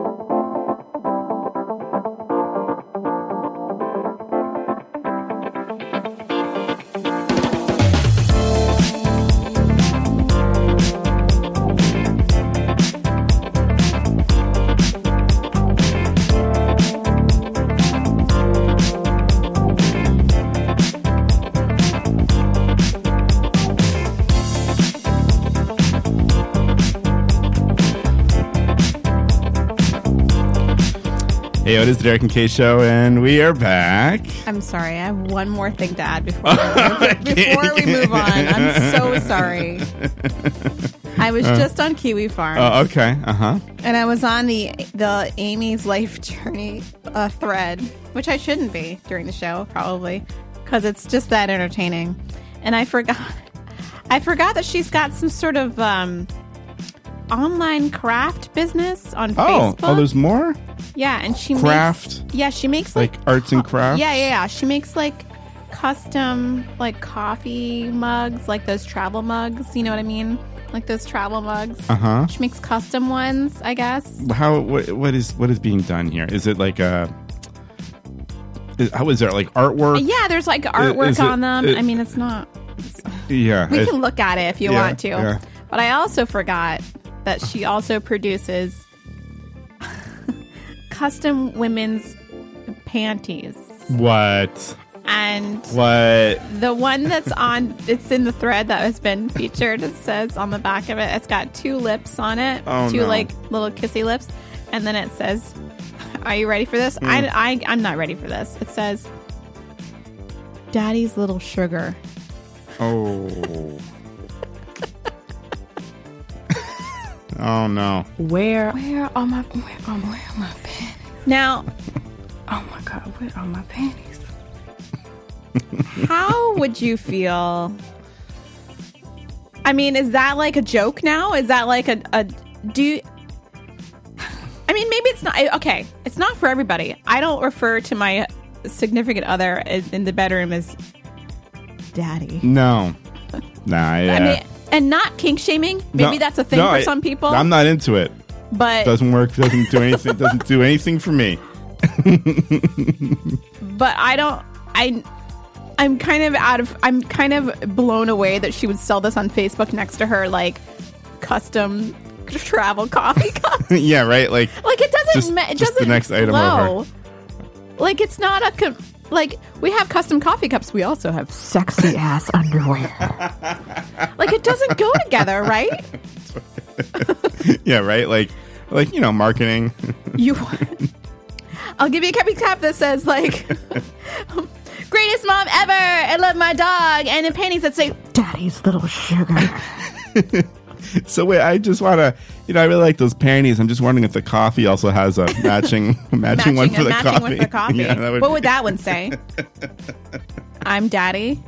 Speaker 2: Hey, it is the Derek and Kay show, and we are back.
Speaker 1: I'm sorry. I have one more thing to add before
Speaker 2: [laughs]
Speaker 1: before we move on. I'm so sorry. I was
Speaker 2: Uh,
Speaker 1: just on Kiwi Farm,
Speaker 2: Oh, okay. Uh huh.
Speaker 1: and I was on the the Amy's life journey uh, thread, which I shouldn't be during the show probably, because it's just that entertaining. And I forgot, I forgot that she's got some sort of um, online craft business on
Speaker 2: Oh,
Speaker 1: Facebook.
Speaker 2: oh, there's more
Speaker 1: yeah, and she
Speaker 2: Craft?
Speaker 1: Makes, yeah, she makes like
Speaker 2: like arts and crafts.
Speaker 1: yeah, yeah, yeah. She makes like custom like coffee mugs, like those travel mugs. You know what I mean? Like those travel mugs.
Speaker 2: Uh huh.
Speaker 1: She makes custom ones, I guess.
Speaker 2: How? What, what is? What is being done here? Is it like a? Is, how is there like artwork?
Speaker 1: yeah, there's like artwork
Speaker 2: is it-
Speaker 1: on them.
Speaker 2: it-
Speaker 1: I mean, it's not.
Speaker 2: Yeah.
Speaker 1: We
Speaker 2: it-
Speaker 1: can look at it if you
Speaker 2: yeah,
Speaker 1: want to.
Speaker 2: yeah.
Speaker 1: But I also forgot that she also produces [laughs] custom women's panties.
Speaker 2: What?
Speaker 1: And [laughs]
Speaker 2: What?
Speaker 1: The one that's on, it's in the thread that has been featured. It says on the back of it, it's got two lips on it,
Speaker 2: Oh,
Speaker 1: two
Speaker 2: no.
Speaker 1: like little kissy lips, and then it says, "Are you ready for this?"
Speaker 2: Mm.
Speaker 1: I, I, I'm not ready for this. It says, "Daddy's little sugar."
Speaker 2: Oh. [laughs] Oh no.
Speaker 18: Where?
Speaker 19: Where are my where are, where are my panties?
Speaker 1: Now,
Speaker 19: Oh my god, where are my panties?
Speaker 1: [laughs]
Speaker 19: [laughs]
Speaker 1: how would you feel? I mean, is that like a joke now? Is that like a, a do? you- I mean, maybe it's not. I- Okay, it's not for everybody. I don't refer to my significant other as- in the bedroom as daddy.
Speaker 2: No. Nah. Yeah.
Speaker 1: I mean, and not kink shaming. Maybe
Speaker 2: No-
Speaker 1: that's a thing
Speaker 2: no,
Speaker 1: for
Speaker 2: I-
Speaker 1: some people.
Speaker 2: I'm not into it.
Speaker 1: But
Speaker 2: doesn't work. Doesn't do anything. doesn't do anything for me. [laughs]
Speaker 1: but I don't. I I'm kind of out of. I'm kind of blown away that she would sell this on Facebook next to her like custom travel [laughs] coffee cup.
Speaker 2: yeah. Right. Like. [laughs]
Speaker 1: Like it doesn't.
Speaker 2: Just-
Speaker 1: ma- it
Speaker 2: just
Speaker 1: doesn't
Speaker 2: the next item
Speaker 1: flow. Like it's not a. Com- like we have custom coffee cups. We also have sexy ass underwear. like it doesn't
Speaker 2: [laughs]
Speaker 1: go together, right?
Speaker 2: yeah. Right. Like. Like you know, marketing. [laughs]
Speaker 1: You. [laughs] I'll give you a cuppy cap that says like, [laughs] greatest mom ever. I love my dog, and in panties that say
Speaker 18: Daddy's little sugar.
Speaker 2: so wait, I just want to. You know, I really like those panties. I'm just wondering if the coffee also has a matching [laughs] matching, one for
Speaker 1: a
Speaker 2: the
Speaker 1: matching
Speaker 2: coffee.
Speaker 1: one for coffee. [laughs]
Speaker 2: [laughs] Yeah, that would
Speaker 1: what
Speaker 2: be-
Speaker 1: would that one say? [laughs] I'm Daddy.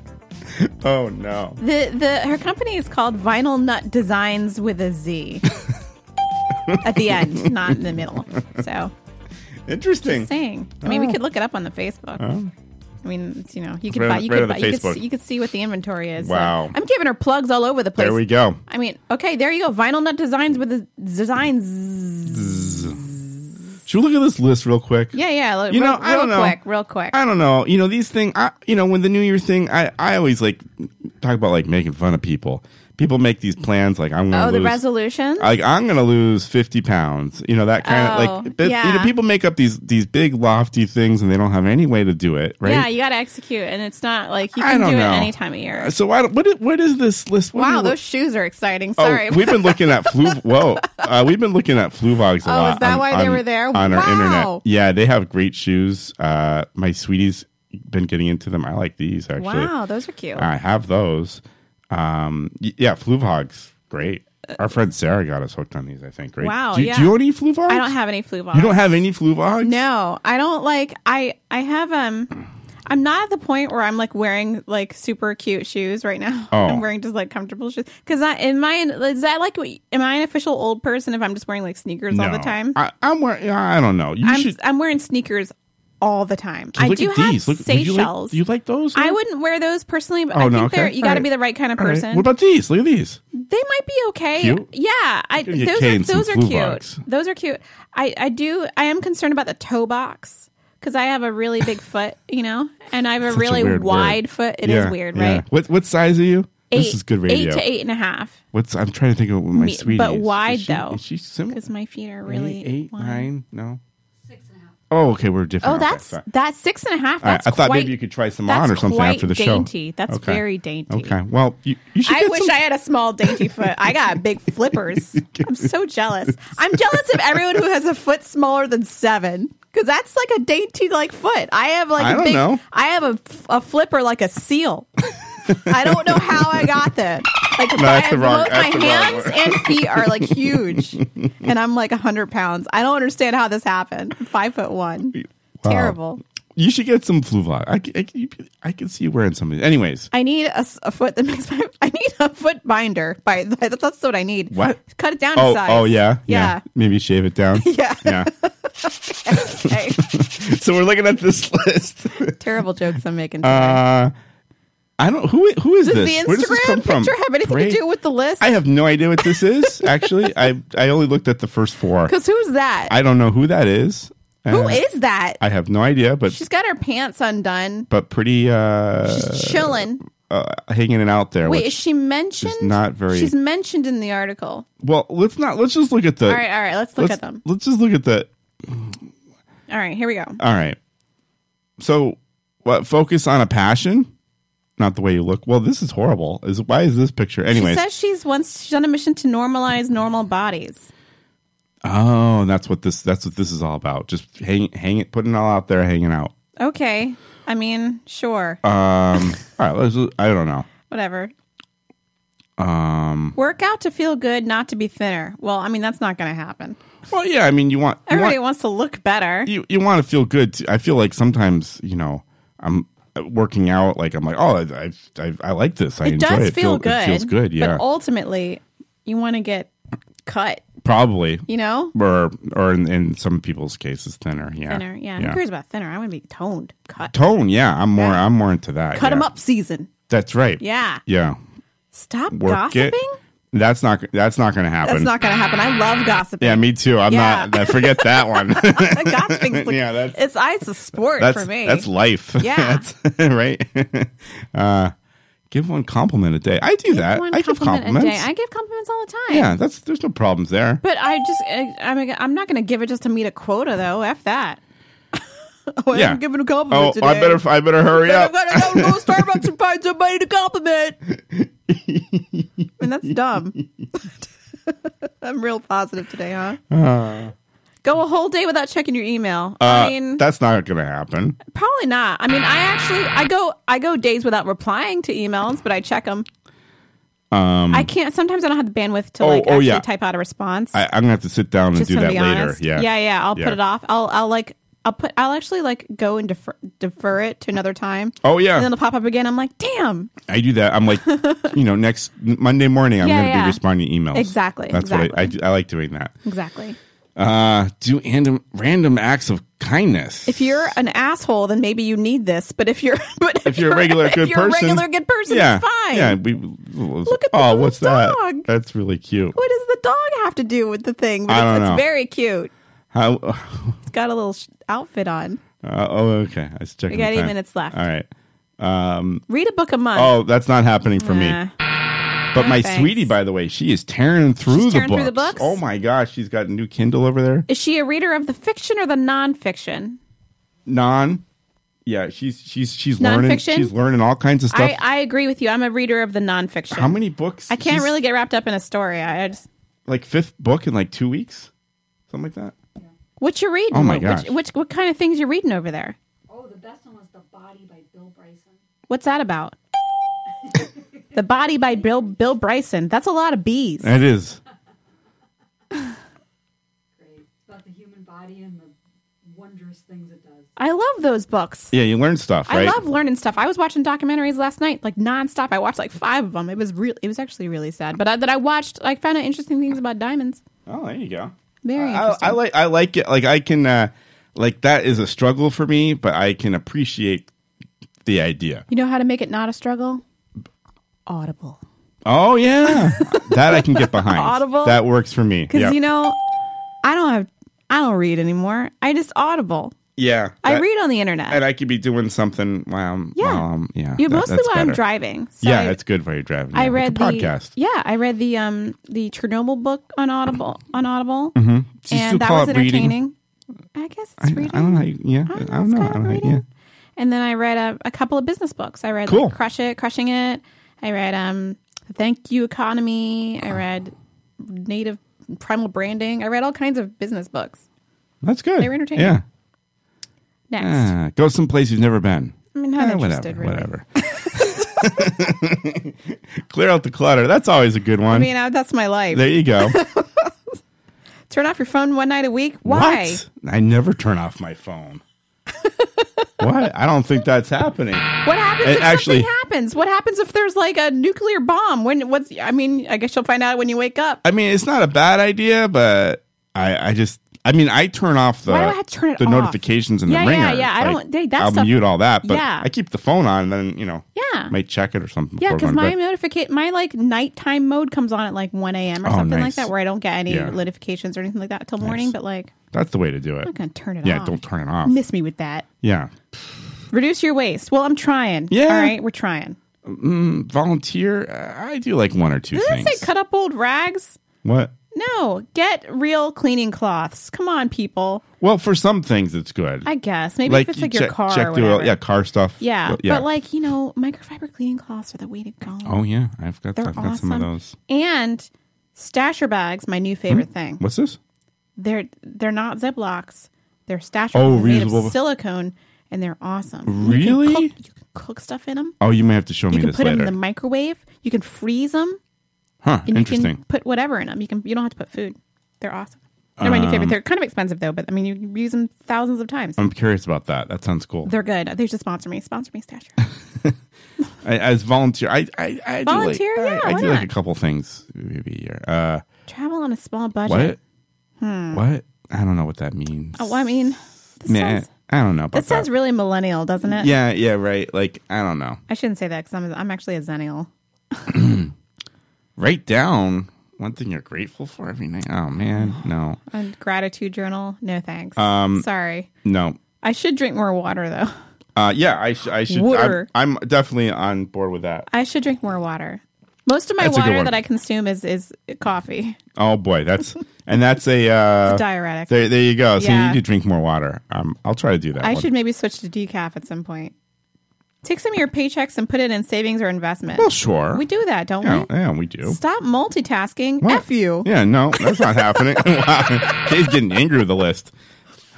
Speaker 2: Oh no.
Speaker 1: The the her company is called Vinyl Nut Designs with a Z. At the
Speaker 2: [laughs]
Speaker 1: end, not in the middle. So
Speaker 2: Interesting.
Speaker 1: just saying. I mean,
Speaker 2: Oh.
Speaker 1: we could look it up on the Facebook.
Speaker 2: Oh.
Speaker 1: I mean, it's, you know, you
Speaker 2: It's
Speaker 1: could
Speaker 2: right-
Speaker 1: buy, you
Speaker 2: right
Speaker 1: could
Speaker 2: on the
Speaker 1: buy, you could,
Speaker 2: Facebook.
Speaker 1: see, you could see what the inventory is. So
Speaker 2: Wow.
Speaker 1: I'm giving her plugs all over the place.
Speaker 2: There we go.
Speaker 1: I mean, okay, there you go. Vinyl Nut Designs with a Designs.
Speaker 2: Should we look at this list real quick?
Speaker 1: Yeah, yeah. look,
Speaker 2: You
Speaker 1: real,
Speaker 2: know, I
Speaker 1: real
Speaker 2: don't know.
Speaker 1: quick, real quick.
Speaker 2: I don't know. You know, these things, I, you know, when the New Year thing, I, I always like talk about like making fun of people. People make these plans like I'm going to
Speaker 1: Oh, the
Speaker 2: lose.
Speaker 1: resolutions.
Speaker 2: like I'm gonna lose fifty pounds, you know that kind
Speaker 1: Oh,
Speaker 2: of like. But, you
Speaker 1: yeah.
Speaker 2: know, people make up these these big lofty things, and they don't have any way to do it, right?
Speaker 1: Yeah, you got to execute, and it's not like you
Speaker 2: I
Speaker 1: can do
Speaker 2: don't
Speaker 1: it
Speaker 2: know.
Speaker 1: any time of year.
Speaker 2: So why? What? is- What is this list? What do
Speaker 1: wow,
Speaker 2: you-
Speaker 1: those shoes are exciting.
Speaker 2: Oh,
Speaker 1: Sorry,
Speaker 2: we've been looking at
Speaker 1: [laughs]
Speaker 2: flu. Whoa, uh, we've been looking at fluvogs a
Speaker 1: Oh,
Speaker 2: lot.
Speaker 1: is that
Speaker 2: on-
Speaker 1: why they
Speaker 2: on-
Speaker 1: were there?
Speaker 2: on our
Speaker 1: Wow.
Speaker 2: internet? Yeah, they have great shoes. Uh, my sweetie's been getting into them. I like these actually.
Speaker 1: wow, those are cute.
Speaker 2: I have those. Um, y- yeah, fluvogs, great. Our friend Sarah got us hooked on these. I think. Right?
Speaker 1: Wow,
Speaker 2: Do, you-
Speaker 1: yeah.
Speaker 2: do you own any fluvogs?
Speaker 1: I don't have any flu
Speaker 2: You don't have any fluvogs?
Speaker 1: No, I don't like. I I have um. I'm not at the point where I'm like wearing like super cute shoes right now. [laughs]
Speaker 2: Oh.
Speaker 1: I'm wearing just like comfortable shoes because I am I is that like what- am I an official old person if I'm just wearing like sneakers all the
Speaker 2: No.
Speaker 1: time?
Speaker 2: I, I'm wearing. I don't know. You
Speaker 1: I'm
Speaker 2: should.
Speaker 1: I'm wearing sneakers all the time.
Speaker 2: So
Speaker 1: I
Speaker 2: look
Speaker 1: do
Speaker 2: at
Speaker 1: have
Speaker 2: these. Look- would you like-
Speaker 1: Seychelles.
Speaker 2: do you like those?
Speaker 1: I wouldn't wear those personally, but
Speaker 2: Oh,
Speaker 1: I think
Speaker 2: no, okay.
Speaker 1: they're you
Speaker 2: All
Speaker 1: got to
Speaker 2: right.
Speaker 1: be the right kind of
Speaker 2: All right.
Speaker 1: person.
Speaker 2: What about these? Look at these.
Speaker 1: They might be okay.
Speaker 2: Cute?
Speaker 1: Yeah, I,
Speaker 2: Give you
Speaker 1: those are
Speaker 2: Kane some
Speaker 1: those are
Speaker 2: flu
Speaker 1: cute.
Speaker 2: box.
Speaker 1: Those are cute. I I do I am concerned about the toe box because I have a really
Speaker 2: [laughs]
Speaker 1: big foot, you know, and I have a
Speaker 2: Such a
Speaker 1: really
Speaker 2: weird word.
Speaker 1: wide foot. It is
Speaker 2: Yeah,
Speaker 1: weird,
Speaker 2: yeah.
Speaker 1: right?
Speaker 2: What what size are you?
Speaker 1: Eight,
Speaker 2: this is good radio.
Speaker 1: Eight to eight and a half.
Speaker 2: What's I'm trying to think of what my
Speaker 1: Me-
Speaker 2: sweetie.
Speaker 1: but
Speaker 2: is.
Speaker 1: wide
Speaker 2: Is she-
Speaker 1: though.
Speaker 2: Is she similar?
Speaker 1: Because my feet are really
Speaker 2: eight,
Speaker 1: wide.
Speaker 2: nine? No. Oh, okay. We're different.
Speaker 1: Oh,
Speaker 2: Okay,
Speaker 1: that's
Speaker 2: sorry.
Speaker 1: that's six and a half.
Speaker 2: All right,
Speaker 1: That's
Speaker 2: I thought
Speaker 1: quite,
Speaker 2: maybe you could try some
Speaker 1: that's
Speaker 2: on or something
Speaker 1: quite
Speaker 2: after the show.
Speaker 1: dainty. That's
Speaker 2: Okay.
Speaker 1: very dainty.
Speaker 2: Okay. Well, you, you should
Speaker 1: I
Speaker 2: get
Speaker 1: wish
Speaker 2: some-
Speaker 1: I had a small dainty foot. I got
Speaker 2: [laughs]
Speaker 1: big flippers. I'm so jealous. I'm jealous of everyone who has a foot smaller than seven because that's like a dainty like foot. I have like
Speaker 2: I
Speaker 1: a
Speaker 2: don't
Speaker 1: big,
Speaker 2: know.
Speaker 1: I have a, a flipper like a seal. I don't know how I got that. Like
Speaker 2: No, that's
Speaker 1: I-
Speaker 2: the wrong-
Speaker 1: both
Speaker 2: that's
Speaker 1: my
Speaker 2: the wrong
Speaker 1: hands
Speaker 2: word.
Speaker 1: and feet are like
Speaker 2: [laughs]
Speaker 1: huge, and I'm like hundred pounds. I don't understand how this happened. Five foot one,
Speaker 2: Wow.
Speaker 1: terrible.
Speaker 2: You should get some Fluvog. I, c- I, c- I can see you wearing some of these. Anyways,
Speaker 1: I need a, s- a foot that makes my. [laughs] I need a foot binder. By [laughs] that's what I need.
Speaker 2: what?
Speaker 1: Cut it down
Speaker 2: Oh,
Speaker 1: to size.
Speaker 2: oh yeah,
Speaker 1: yeah.
Speaker 2: Maybe shave it down.
Speaker 1: [laughs] Yeah.
Speaker 2: yeah.
Speaker 1: [laughs] Okay.
Speaker 2: so we're looking at this
Speaker 1: [laughs]
Speaker 2: list.
Speaker 1: Terrible jokes I'm making.
Speaker 2: Uh, I don't. Who who is
Speaker 1: Does
Speaker 2: this?
Speaker 1: the
Speaker 2: Where does this
Speaker 1: Instagram
Speaker 2: come from?
Speaker 1: picture have anything
Speaker 2: Great.
Speaker 1: to do with the list?
Speaker 2: I have no idea what this
Speaker 1: [laughs]
Speaker 2: is. Actually, I I only looked at the first four.
Speaker 1: Because who's that?
Speaker 2: I don't know who that is.
Speaker 1: Who
Speaker 2: Uh,
Speaker 1: is that?
Speaker 2: I have no idea, but
Speaker 1: She's got her pants undone.
Speaker 2: but pretty uh,
Speaker 1: She's chilling.
Speaker 2: uh hanging it out there.
Speaker 1: Wait,
Speaker 2: which
Speaker 1: is she mentioned?
Speaker 2: is not very
Speaker 1: She's mentioned in the article.
Speaker 2: well. Let's not. Let's just look at the.
Speaker 1: all right, all right. Let's look at
Speaker 2: let's-
Speaker 1: them.
Speaker 2: Let's just look at the.
Speaker 1: All right, here we go.
Speaker 2: All right. So, what? Focus on a passion, not the way you look. Well, this is horrible. Is why is this picture? Anyways,
Speaker 1: She says she's once she's on a mission to normalize normal bodies.
Speaker 2: oh, and that's what this. That's what this is all about. Just hang, hang it, putting it all out there, hanging out.
Speaker 1: Okay, I mean, sure, [laughs]
Speaker 2: Um. all right. Let's. I don't know.
Speaker 1: whatever.
Speaker 2: Um,
Speaker 1: Work out to feel good, not to be thinner. Well, I mean, that's not going to happen.
Speaker 2: well, yeah, I mean, you want you
Speaker 1: Everybody
Speaker 2: want,
Speaker 1: wants to look better.
Speaker 2: you, you want to feel good. Too. I feel like sometimes you know I'm working out, like I'm like, oh, I I, I, I like this. I
Speaker 1: it
Speaker 2: enjoy
Speaker 1: does
Speaker 2: it.
Speaker 1: feel
Speaker 2: Feel-
Speaker 1: good.
Speaker 2: It feels good. Yeah,
Speaker 1: But ultimately, you want to get cut,
Speaker 2: probably.
Speaker 1: you know?
Speaker 2: Or or in, in some people's cases, thinner. Yeah,
Speaker 1: Thinner. Yeah. Who cares about thinner? I want to be toned, cut.
Speaker 2: Tone. Yeah, I'm more. I'm more into that.
Speaker 1: Cut
Speaker 2: yeah.
Speaker 1: them up season.
Speaker 2: That's right.
Speaker 1: Yeah.
Speaker 2: Yeah.
Speaker 1: Stop
Speaker 2: Work
Speaker 1: gossiping.
Speaker 2: it. That's not. That's not going to happen.
Speaker 1: That's not going to happen. I love gossiping.
Speaker 2: [laughs] Yeah, me too. I'm
Speaker 1: Yeah.
Speaker 2: not. Forget
Speaker 1: [laughs]
Speaker 2: that one.
Speaker 1: Gossiping's like,
Speaker 2: [laughs] yeah, that's
Speaker 1: it's, I- it's a sport
Speaker 2: that's
Speaker 1: for me.
Speaker 2: that's life. [laughs]
Speaker 1: Yeah.
Speaker 2: that's, right. [laughs] uh, give one compliment a day. I do that.
Speaker 1: One
Speaker 2: I give
Speaker 1: compliment
Speaker 2: compliments.
Speaker 1: A day. I give compliments all the time.
Speaker 2: yeah, that's there's no problems there.
Speaker 1: But I just, I, I mean, I'm not going to give it just to meet a quota, though. F [laughs] that. oh,
Speaker 2: yeah,
Speaker 1: I'm giving a compliment.
Speaker 2: Oh,
Speaker 1: today.
Speaker 2: I better. I better hurry
Speaker 1: Better
Speaker 2: up.
Speaker 1: gotta go to Starbucks and find somebody to
Speaker 2: [laughs]
Speaker 1: compliment. and that's dumb. [laughs] I'm real positive today, huh?
Speaker 2: Uh,
Speaker 1: Go a whole day without checking your email.
Speaker 2: uh,
Speaker 1: I mean,
Speaker 2: that's not going to happen.
Speaker 1: probably not. I mean, I actually, I go, I go days without replying to emails, but I check them.
Speaker 2: Um,
Speaker 1: I can't. Sometimes I don't have the bandwidth to
Speaker 2: Oh,
Speaker 1: like
Speaker 2: oh,
Speaker 1: actually
Speaker 2: yeah.
Speaker 1: type out a response.
Speaker 2: I, I'm gonna have to sit down and
Speaker 1: just
Speaker 2: do
Speaker 1: to
Speaker 2: that
Speaker 1: be
Speaker 2: later.
Speaker 1: honest.
Speaker 2: Yeah,
Speaker 1: yeah, yeah. I'll put it off. I'll, I'll like, I'll put, I'll actually like go and defer, defer it to another time.
Speaker 2: Oh, yeah.
Speaker 1: and then it'll pop up again. I'm like, damn.
Speaker 2: I do that. I'm like,
Speaker 1: [laughs]
Speaker 2: you know, next Monday morning, I'm
Speaker 1: Yeah,
Speaker 2: going to
Speaker 1: yeah.
Speaker 2: be responding to emails.
Speaker 1: Exactly,
Speaker 2: That's what I, I, do- I like doing that.
Speaker 1: Exactly.
Speaker 2: Uh, do random random acts of kindness.
Speaker 1: If you're an asshole, then maybe you need this. But if you're, [laughs] but if,
Speaker 2: If you're a regular
Speaker 1: if
Speaker 2: good
Speaker 1: you're
Speaker 2: person,
Speaker 1: a regular good person,
Speaker 2: yeah,
Speaker 1: it's fine.
Speaker 2: Yeah, we look at oh, what's that?
Speaker 1: dog.
Speaker 2: That's really cute.
Speaker 1: What does the dog have to do with the thing? But
Speaker 2: I
Speaker 1: it's,
Speaker 2: don't know.
Speaker 1: it's very cute.
Speaker 2: How?
Speaker 1: It's got a little sh- outfit on.
Speaker 2: Uh, oh, okay. I was checking.
Speaker 1: We got eight
Speaker 2: the time.
Speaker 1: minutes left.
Speaker 2: All right. Um,
Speaker 1: Read a book a month.
Speaker 2: oh, that's not happening for
Speaker 1: Nah.
Speaker 2: me. But
Speaker 1: No
Speaker 2: my
Speaker 1: thanks.
Speaker 2: sweetie, by the way, she is tearing through,
Speaker 1: She's tearing
Speaker 2: the
Speaker 1: through the books?
Speaker 2: Oh my gosh, she's got a new Kindle over there.
Speaker 1: Is she a reader of the fiction or the nonfiction?
Speaker 2: Non. Yeah, she's she's she's learning.
Speaker 1: Nonfiction?
Speaker 2: She's learning all kinds of stuff.
Speaker 1: I, I agree with you. I'm a reader of the nonfiction.
Speaker 2: How many books?
Speaker 1: I can't
Speaker 2: She's-
Speaker 1: really get wrapped up in a story. I I just,
Speaker 2: like fifth book in like two weeks, something like that.
Speaker 1: what you reading?
Speaker 2: Oh, my
Speaker 1: Which,
Speaker 2: gosh.
Speaker 1: which what kind of things you reading over there? Oh, the best one was The Body by Bill Bryson. What's that about? [laughs] the Body by Bill Bill Bryson. That's a lot of bees.
Speaker 2: It is.
Speaker 18: about the human body and the wondrous things it does.
Speaker 1: I love those books.
Speaker 2: Yeah, you learn stuff, right?
Speaker 1: I love learning stuff. I was watching documentaries last night, like nonstop. I watched like five of them. It was real. It was actually really sad, but I, that I watched, I found out interesting things about diamonds.
Speaker 2: oh, there you go.
Speaker 1: Very
Speaker 2: I,
Speaker 1: interesting.
Speaker 2: I like I like it. Like I can, uh, like that is a struggle for me, but I can appreciate the idea.
Speaker 1: you know how to make it not a struggle? Audible.
Speaker 2: Oh yeah, [laughs] that I can get behind.
Speaker 1: Audible?
Speaker 2: that works for me.
Speaker 1: Because
Speaker 2: Yeah,
Speaker 1: you know, I don't have, I don't read anymore. I just Audible.
Speaker 2: yeah.
Speaker 1: I
Speaker 2: that-
Speaker 1: read on the internet.
Speaker 2: and I could be doing something while I'm,
Speaker 1: Yeah.
Speaker 2: while I'm- yeah.
Speaker 1: Yeah,
Speaker 2: that-
Speaker 1: mostly
Speaker 2: that's
Speaker 1: while I'm
Speaker 2: better.
Speaker 1: driving. So
Speaker 2: yeah,
Speaker 1: I-
Speaker 2: it's good for you driving.
Speaker 1: I
Speaker 2: yeah,
Speaker 1: read
Speaker 2: like a podcast.
Speaker 1: the yeah, I read the um the Chernobyl book on Audible on Audible,
Speaker 2: Mhm. Do you still
Speaker 1: and that
Speaker 2: call
Speaker 1: was
Speaker 2: it reading?
Speaker 1: entertaining. I guess
Speaker 2: I,
Speaker 1: it's
Speaker 2: I
Speaker 1: reading.
Speaker 2: don't know. How you, yeah,
Speaker 1: Oh,
Speaker 2: I don't know. I don't know. how you- yeah.
Speaker 1: And then I read a, a couple of business books. I read
Speaker 2: Cool.
Speaker 1: like, Crush It, Crushing It. I read um Thank You Economy. I read Native Primal Branding. I read all kinds of business books.
Speaker 2: That's good.
Speaker 1: They were entertaining.
Speaker 2: Yeah.
Speaker 1: Next.
Speaker 2: Ah, go someplace you've never been.
Speaker 1: I mean, not
Speaker 2: Eh,
Speaker 1: interested,
Speaker 2: Whatever. [laughs] whatever. Clear out the clutter. That's always a good one.
Speaker 1: I mean, I, that's my life.
Speaker 2: there
Speaker 1: [laughs]
Speaker 2: you go.
Speaker 1: Turn off your phone one night a week. Why?
Speaker 2: What? I never turn off
Speaker 1: [laughs]
Speaker 2: my phone. what? I don't think that's happening.
Speaker 1: What happens
Speaker 2: It
Speaker 1: if
Speaker 2: actually-
Speaker 1: something happens? What happens if there's like a nuclear bomb? When what's I mean, I guess you'll find out when you wake up.
Speaker 2: I mean, it's not a bad idea, but I, I just, I mean, I turn off the
Speaker 1: Why do I have to turn it
Speaker 2: the
Speaker 1: off?
Speaker 2: notifications and
Speaker 1: Yeah,
Speaker 2: the
Speaker 1: yeah,
Speaker 2: ringer.
Speaker 1: yeah. I
Speaker 2: Like,
Speaker 1: don't- they- that
Speaker 2: I'll
Speaker 1: stuff-
Speaker 2: mute all that, but
Speaker 1: Yeah.
Speaker 2: I keep the phone on, and then you know,
Speaker 1: Yeah.
Speaker 2: might check it or something.
Speaker 1: Yeah,
Speaker 2: before
Speaker 1: because my
Speaker 2: going to bed.
Speaker 1: notification, my like nighttime mode comes on at like one a.m. or
Speaker 2: Oh,
Speaker 1: something like
Speaker 2: nice.
Speaker 1: that, where I don't get any
Speaker 2: Yeah.
Speaker 1: notifications or anything like that till morning. But like,
Speaker 2: that's the way to do it.
Speaker 1: I'm not gonna turn it
Speaker 2: yeah,
Speaker 1: off.
Speaker 2: don't turn it off.
Speaker 1: Miss me with that.
Speaker 2: yeah,
Speaker 1: Reduce your waste. Well, I'm trying.
Speaker 2: Yeah.
Speaker 1: all right, we're trying.
Speaker 2: mm, volunteer. Uh, I do like one or 2
Speaker 1: Doesn't
Speaker 2: things.
Speaker 1: it say cut up old rags?
Speaker 2: what?
Speaker 1: No, get real cleaning cloths. Come on, people.
Speaker 2: Well, for some things it's good.
Speaker 1: I guess maybe if it's
Speaker 2: you
Speaker 1: like your
Speaker 2: check-
Speaker 1: car
Speaker 2: check
Speaker 1: or
Speaker 2: the
Speaker 1: whatever.
Speaker 2: oil- yeah, car stuff.
Speaker 1: Yeah,
Speaker 2: But, yeah.
Speaker 1: but like you know, microfiber cleaning cloths are the way to go.
Speaker 2: oh yeah, I've got
Speaker 1: They're
Speaker 2: I've got some of
Speaker 1: awesome.
Speaker 2: those.
Speaker 1: And stasher bags, my new
Speaker 2: Hmm?
Speaker 1: favorite thing.
Speaker 2: What's this?
Speaker 1: They're they're not Ziplocs. They're stasher
Speaker 2: Oh,
Speaker 1: bags made
Speaker 2: reusable.
Speaker 1: of silicone, and they're awesome.
Speaker 2: Really?
Speaker 1: You can cook, you can cook stuff in them.
Speaker 2: Oh, you may have to show
Speaker 1: you
Speaker 2: me
Speaker 1: can
Speaker 2: this
Speaker 1: put them
Speaker 2: later.
Speaker 1: in the microwave. You can freeze them.
Speaker 2: Huh.
Speaker 1: and you
Speaker 2: interesting.
Speaker 1: can put whatever in them. You can you don't have to put food. They're awesome. They're my new favorite.
Speaker 2: Um,
Speaker 1: They're kind of expensive though, but I mean you can use them thousands of times.
Speaker 2: I'm curious about that. That sounds cool.
Speaker 1: They're good. They should sponsor me. Sponsor me, Stasher.
Speaker 2: [laughs] I, as volunteer, I I, I
Speaker 1: Volunteer?
Speaker 2: Do like,
Speaker 1: Yeah,
Speaker 2: I, I
Speaker 1: why
Speaker 2: do like a
Speaker 1: not?
Speaker 2: couple things maybe a year. Uh,
Speaker 1: Travel on a small budget.
Speaker 2: what?
Speaker 1: Hmm.
Speaker 2: What? I don't know what that means.
Speaker 1: Oh, well, I mean, this
Speaker 2: Nah,
Speaker 1: sounds
Speaker 2: I don't know. About
Speaker 1: this sounds really millennial, doesn't it?
Speaker 2: Yeah, yeah, right. Like I don't know.
Speaker 1: I shouldn't say that because I'm, I'm actually a zennial.
Speaker 2: Write down one thing you're grateful for every night.
Speaker 1: [sighs]
Speaker 2: Oh man, no,
Speaker 1: And gratitude journal? No thanks.
Speaker 2: Um,
Speaker 1: Sorry.
Speaker 2: no.
Speaker 1: I should drink more water though. [laughs]
Speaker 2: Uh, yeah, I, sh- I should. I'm,
Speaker 1: Water.
Speaker 2: I'm definitely on board with that.
Speaker 1: I should drink more water. Most of my
Speaker 2: That's a good
Speaker 1: water
Speaker 2: one.
Speaker 1: that I consume is is coffee.
Speaker 2: Oh boy, that's and that's a, uh,
Speaker 1: [laughs] It's a diuretic.
Speaker 2: There, there you go. So you
Speaker 1: Yeah.
Speaker 2: need to drink more water. Um, I'll try to do that.
Speaker 1: I
Speaker 2: one.
Speaker 1: should maybe switch to decaf at some point. Take some of your paychecks and put it in savings or investment.
Speaker 2: Well, sure.
Speaker 1: We do that, don't
Speaker 2: Yeah,
Speaker 1: we?
Speaker 2: yeah, we do.
Speaker 1: Stop multitasking. F you.
Speaker 2: Yeah, no, that's not happening. [laughs] Wow. Dave's getting angry with the list.